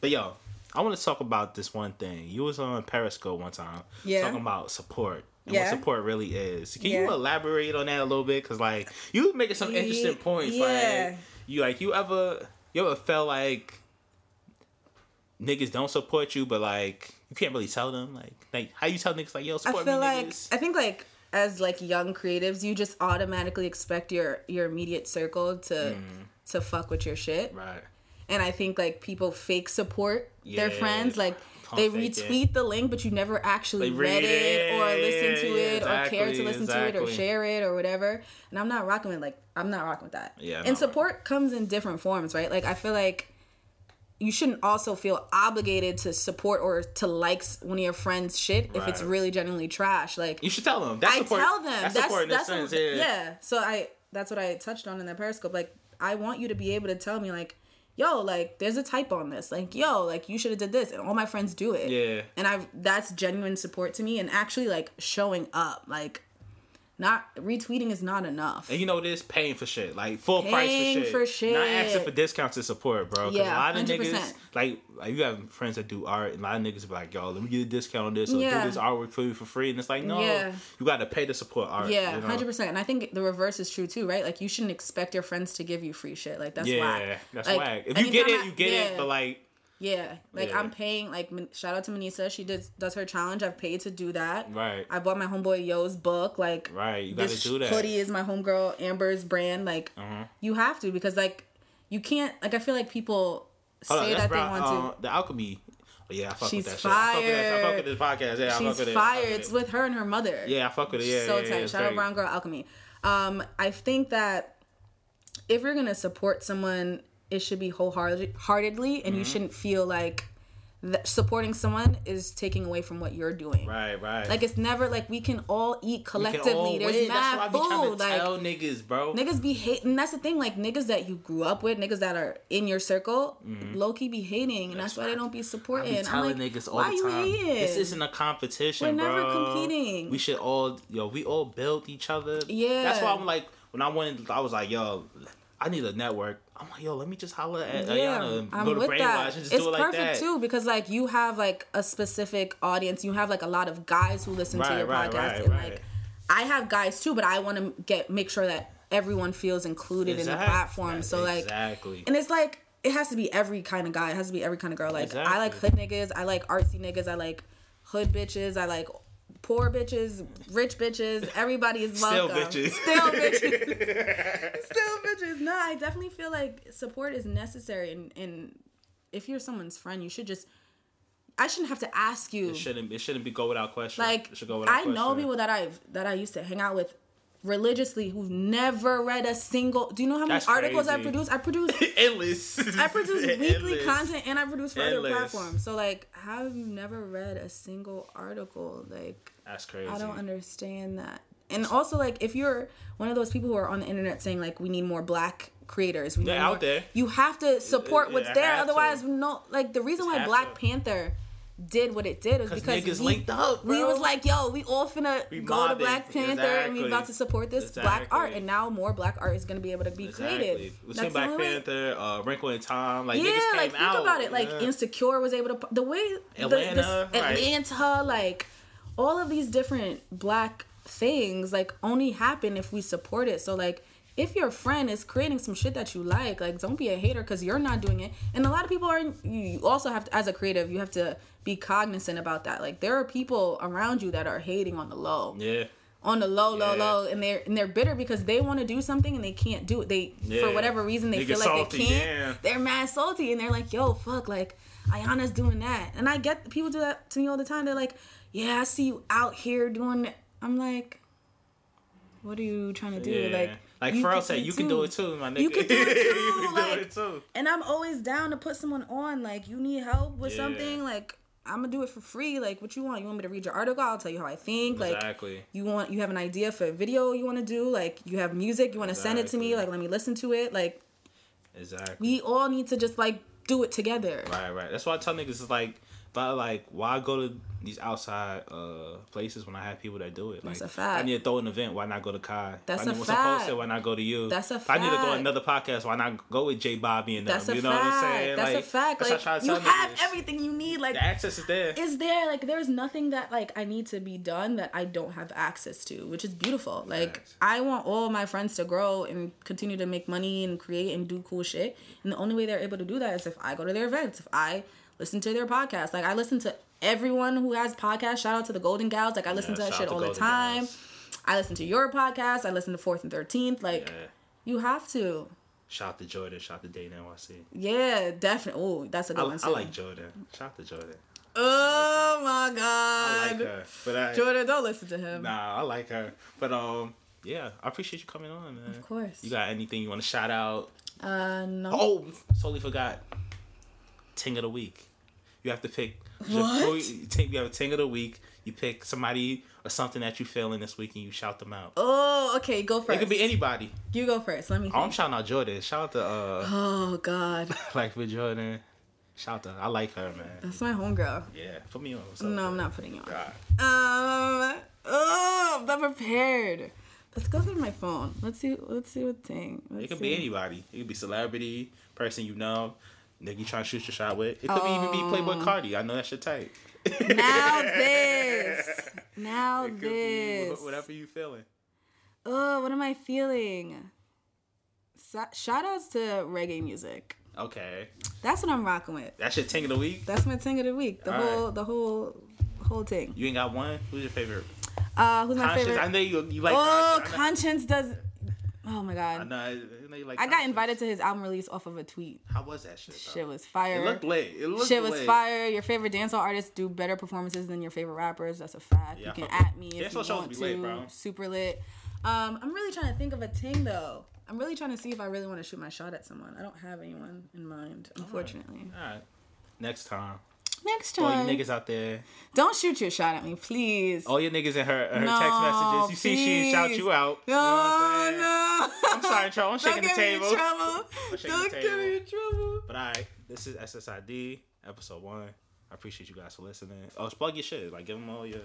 But yo, I want to talk about this one thing. You was on Periscope one time,
Yeah.
talking about support and
Yeah.
what support really is. Can you
Yeah.
elaborate on that a little bit? Cause like you was making some
Ye-
interesting points.
yeah.
Like you like you ever you ever felt like niggas don't support you, but like you can't really tell them like like how you tell niggas like yo
I
support
feel
me
like
niggas.
I think like as like young creatives, you just automatically expect your your immediate circle to to fuck with your shit.
right.
And I think like people fake support their
Yeah,
friends. Like
pump
they
fake it.
retweet the link, but you never actually
They
read
read
it,
it.
or listen to
Yeah,
it or care to
exactly,
listen to it or
exactly.
share it or whatever. And I'm not rocking with like I'm not rocking with that.
Yeah, I'm
And
not
support comes in different forms, right? Like I feel like you shouldn't also feel obligated to support or to like s- one of your friends' shit if it's
Right.
really genuinely trash. Like
You should tell them. That's
I
support,
tell them
That's,
that's that's,
support in a sense.
what-
yeah.
yeah. So I that's what I touched on in that Periscope. Like I want you to be able to tell me like, yo, like there's a type on this. Like yo, like you should have did this, and all my friends do it.
Yeah.
And I that's genuine support to me, and actually like showing up, like not retweeting is not enough.
And you know this, paying for shit, like full price
Paying
for shit.
for shit.
Not asking for discounts to support, bro. 'Cause a
Yeah,
lot of
100%.
niggas, like, like you have friends that do art, and a lot of niggas be like, "Yo, let me get a discount on this, or
Yeah.
do this artwork for you for free." And it's like, no,
Yeah.
you got to pay to support art.
Yeah,
you know?
hundred percent. And I think the reverse is true too, right? Like you shouldn't expect your friends to give you free shit. Like that's
Yeah,
whack.
that's
Like,
whack. If you get
anytime
it,
I-
you get
yeah.
it. But like,
Yeah, like
Yeah.
I'm paying. Like Min- shout out to Manisa, she does does her challenge. I've paid to do that.
Right.
I bought my homeboy Yo's book. Like
Right, you gotta
this
do that. Uh-huh.
Hoodie is my homegirl Amber's brand. Like you have to because like you can't. Like I feel like people
hold on,
say
that's
that
bro,
they want
uh, the alchemy. Oh, yeah, I fuck
She's
with that shit. I fuck with that shit. I fuck with this podcast. Yeah, I
to.
fuck
She's
with it. I fuck
fire.
with
It's
it.
with her and her mother.
yeah, I fuck with it. Yeah,
so
yeah, yeah,
tight.
it's
Shout out
very-
Brown Girl Alchemy. Um, I think that if you're gonna support someone, it should be wholeheartedly, and you
Mm-hmm.
shouldn't feel like that supporting someone is taking away from what you're doing.
Right, right.
Like it's never like we can all eat
We can
collectively.
all
There's
win. That's
mad
what I be trying
food.
to
Like
tell niggas, bro.
niggas be hating. That's the thing. Like niggas that you grew up with, niggas that are in your circle, low key be hating, and that's, why they don't be
Mm-hmm. I
supporting.
be telling
I'm like,
niggas all
why
the time.
you hating?
This isn't a competition,
We're never
bro.
competing.
We should all, yo, we all build each other.
Yeah.
That's why I'm like, when I wanted, I was like, yo, I need a network. I'm like, yo, let me just holler at Ayana and go to Brainwash and just
it's
do it like that.
perfect too because like you have like a specific audience. You have like a lot of guys who listen to
Right,
your
right,
podcast
right,
and
right.
like I have guys too, but I want to get make sure that everyone feels included in the
Exact-
platform. So like,
exactly.
and it's like it has to be every kind of guy. It has to be every kind of girl. Like I like hood niggas. I like artsy niggas. I like hood bitches. I like poor bitches, rich bitches. Everybody is
Still
welcome.
bitches.
Still bitches. Still bitches. No, I definitely feel like support is necessary. And and if you're someone's friend, you should just. I shouldn't have to ask you.
It shouldn't. It shouldn't be go without question.
Like
it should go without
I know
question.
people that I've that I used to hang out with religiously who've never read a single. Do you know how many
That's
articles I
crazy.
produce? I produce
endless.
I produce weekly
Endless.
content and I produce for other
Endless.
platforms. So like, how have you never read a single article? Like,
That's crazy.
I don't understand that. And also, like, if you're one of those people who are on the internet saying like, we need more black creators, we
They're
need
out
more-
there.
You have to support
Yeah,
what's
I
there.
have to.
Otherwise, no. Like the reason why
have
Black
to.
Panther did what it did is
Because
because
niggas
we,
linked up,
we
bro.
was like, yo, we all finna
We
go to
mobbing.
Black Panther and we
Exactly.
about to support this black art,
Exactly.
and now more black art is gonna be able to be created.
We've
That's
seen
the
Black
only way-
Panther, uh, Wrinkle in Time. Like
yeah,
niggas came
like think
out.
about it. Like
yeah.
Insecure was able to the way the- this-
Atlanta, right.
Atlanta, like all of these different black things, like only happen if we support it. So like. If your friend is creating some shit that you like, like don't be a hater because you're not doing it. And a lot of people are. You also have to, as a creative, you have to be cognizant about that. Like there are people around you that are hating on the low,
yeah.
on the low, low,
Yeah.
low, and they're and they're bitter because they want to do something and they can't do it. They for
Yeah.
whatever reason they
They
feel
get
like
salty,
they can't.
yeah.
They're mad salty and they're like, "Yo, fuck!" Like Ayana's doing that, and I get people do that to me all the time. They're like, "Yeah, I see you out here doing." that." I'm like, "What are you trying to do?"
Yeah.
Like,
Like, like
you
Pharrell
can
said, you can do it too, my nigga.
You can do it too,
you can
like-
do it too.
And I'm always down to put someone on. Like, you need help with
Yeah.
something, like. I'm gonna do it for free. Like, what you want? You want me to read your article? I'll tell you how I think. Like,
Exactly.
you want you have an idea for a video you want to do like you have music you want to send it to me
Exactly.
like let me listen to it like
Exactly.
we all need to just like do it together
Right, right. That's why I tell niggas it's like, but like, why go to these outside uh places when I have people that do it? Like,
That's a fact.
I need to throw an event. Why not go to Kai? If
That's
I
a
need what's supposed
fact.
to. Why not go to you?
That's a
If I need to go
fact.
another podcast. Why not go with J Bobby and them?
that's a
you know
fact
what I'm saying?
that's
like,
a fact
that's
like
what I try to
you
tell
have
niggas.
everything you need like
The access is there.
is there like there's nothing that like I need to be done that I don't have access to, which is beautiful. Like
Facts.
I want all my friends to grow and continue to make money and create and do cool shit. And the only way they're able to do that is if I go to their events, if I listen to their podcast. Like I listen to everyone who has podcasts. Shout out to the Golden Gals. Like I listen
Yeah,
to that
shout out
shit
to
all the
Golden
time.
Gals.
I listen to your podcast. I listen to Fourth and Thirteenth. Like
Yeah.
you have to.
Shout to Jordan. Shout to Dane NYC.
Yeah, definitely. Oh, that's a
I,
good one.
I
too.
like Jordan. Shout to Jordan.
Oh my
I like
god.
her, but I
Uh, Jordan, don't listen to him.
nah, I like her. But um, yeah, I appreciate you coming on, man.
Of course.
You got anything you want to shout out?
Uh, no.
Oh, totally forgot. Ting of the week. You have to pick.
What?
Ting- You have a ting of the week. You pick somebody or something that you feeling this week, and you shout them out.
Oh, okay, go first.
It could be anybody.
you go first. Let me.
Oh, I'm
think.
shouting out Jordan. Shout out to uh,
Oh God,
like with Jordan. Shout out. To, I like her, man.
that's my homegirl.
Yeah, put me on. What's up,
No, I'm
man?
not putting you on.
God.
Um. Oh, I'm not prepared. Let's go through my phone. Let's see. Let's see what thing. Let's
It could
see.
be anybody. It could be celebrity, person you know, nigga you trying to shoot your shot with. It could be even be
Oh.
Playboy Cardi. I know that shit tight.
Now this. Now
It could
this.
be wh- whatever you feeling.
Oh, what am I feeling? So, shout outs to reggae music.
Okay,
That's what I'm rocking with.
that shit ting of the week.
That's my thing of the week. The
All
whole. The whole. Whole thing.
You ain't got one. Who's your favorite?
Uh, who's my
Conscious.
favorite?
I know you, you like.
Oh,
Conscious.
conscience does. Oh my
I
god.
know, I know- I know you like.
I got
Conscious.
invited to his album release off of a tweet.
How was that shit? though?
Shit was
It
fire.
looked lit. It looked
Shit was
lit.
fire. Your favorite dancehall artists do better performances than your favorite rappers. That's a fact.
Yeah,
you
I
can
fuck with-
at me if
Dancehall
you
shows
want
be
to.
lit, bro.
Super lit. Um, I'm really trying to think of a ting though. I'm really trying to see if I really want to shoot my shot at someone. I don't have anyone in mind, unfortunately.
All right. Next time,
Next
all
time,
you niggas Oh, out there,
don't shoot your shot at me, please.
all your niggas in her, her
No,
text messages. You see, she didn't shout you
please.
out.
no,
you know what I'm saying?
Oh, no.
I'm sorry, Troll. I'm shaking
Don't
the
get me in
table.
trouble.
shaking the
Don't get me in
table.
trouble.
But all right, this is SSID episode one. I appreciate you guys for listening. Oh, just plug your shit. Like, give them all your.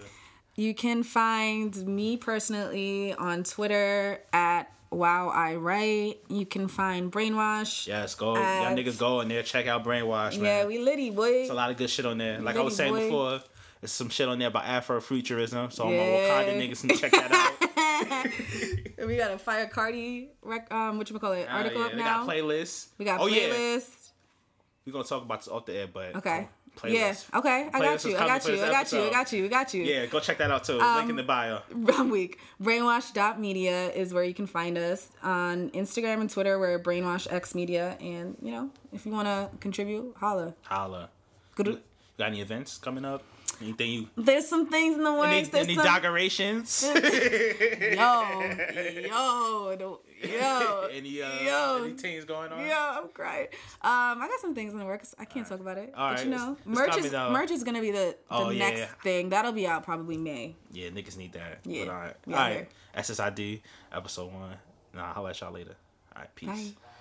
You can find me personally on Twitter at Wow I Write. You You can find Brainwash.
Yes, go.
Ads.
y'all niggas go in there. Check out Brainwash, man.
Uh, Yeah, we litty boy.
It's a lot of good shit on there. Like I was
Really,
saying
boy.
before, there's some shit on there about Afrofuturism. So all my
Yeah.
Wakanda niggas can check that out.
we got a Fire Cardi rec- um what you call it
Uh,
article
yeah,
up
they
now.
got playlists.
we got
oh, Yeah.
playlists.
We're gonna talk about this off the air, but
Okay.
oh, playlists.
yeah. Okay. I
Playlist
got
is
you. I
coming
got
for
you.
this
I got you. I
episode.
got you. I got you.
Yeah, go check that out too. Link
Um,
in the bio.
I'm weak. Brainwash.media is where you can find us on Instagram and Twitter. We're Brainwash X Media. And, you know, if you want to contribute, holla.
Holla.
Good.
Got any events coming up? Anything you?
There's some things in the works.
Any,
There's
any
some...
inaugurations?
yo, yo, don't- yo,
any uh,
yo,
any things going on?
yo, I'm crying. Um, I got some things in the works. I can't talk about it.
All
but you
right,
know,
it's- it's
merch is
coming out.
merch is gonna be the, the
Oh, yeah,
next
yeah.
thing. That'll be out probably May.
Yeah, niggas need that.
Yeah,
But, all right.
we
all
out
right. SSID episode one. Nah, I'll holla at y'all later. All right, peace.
Bye.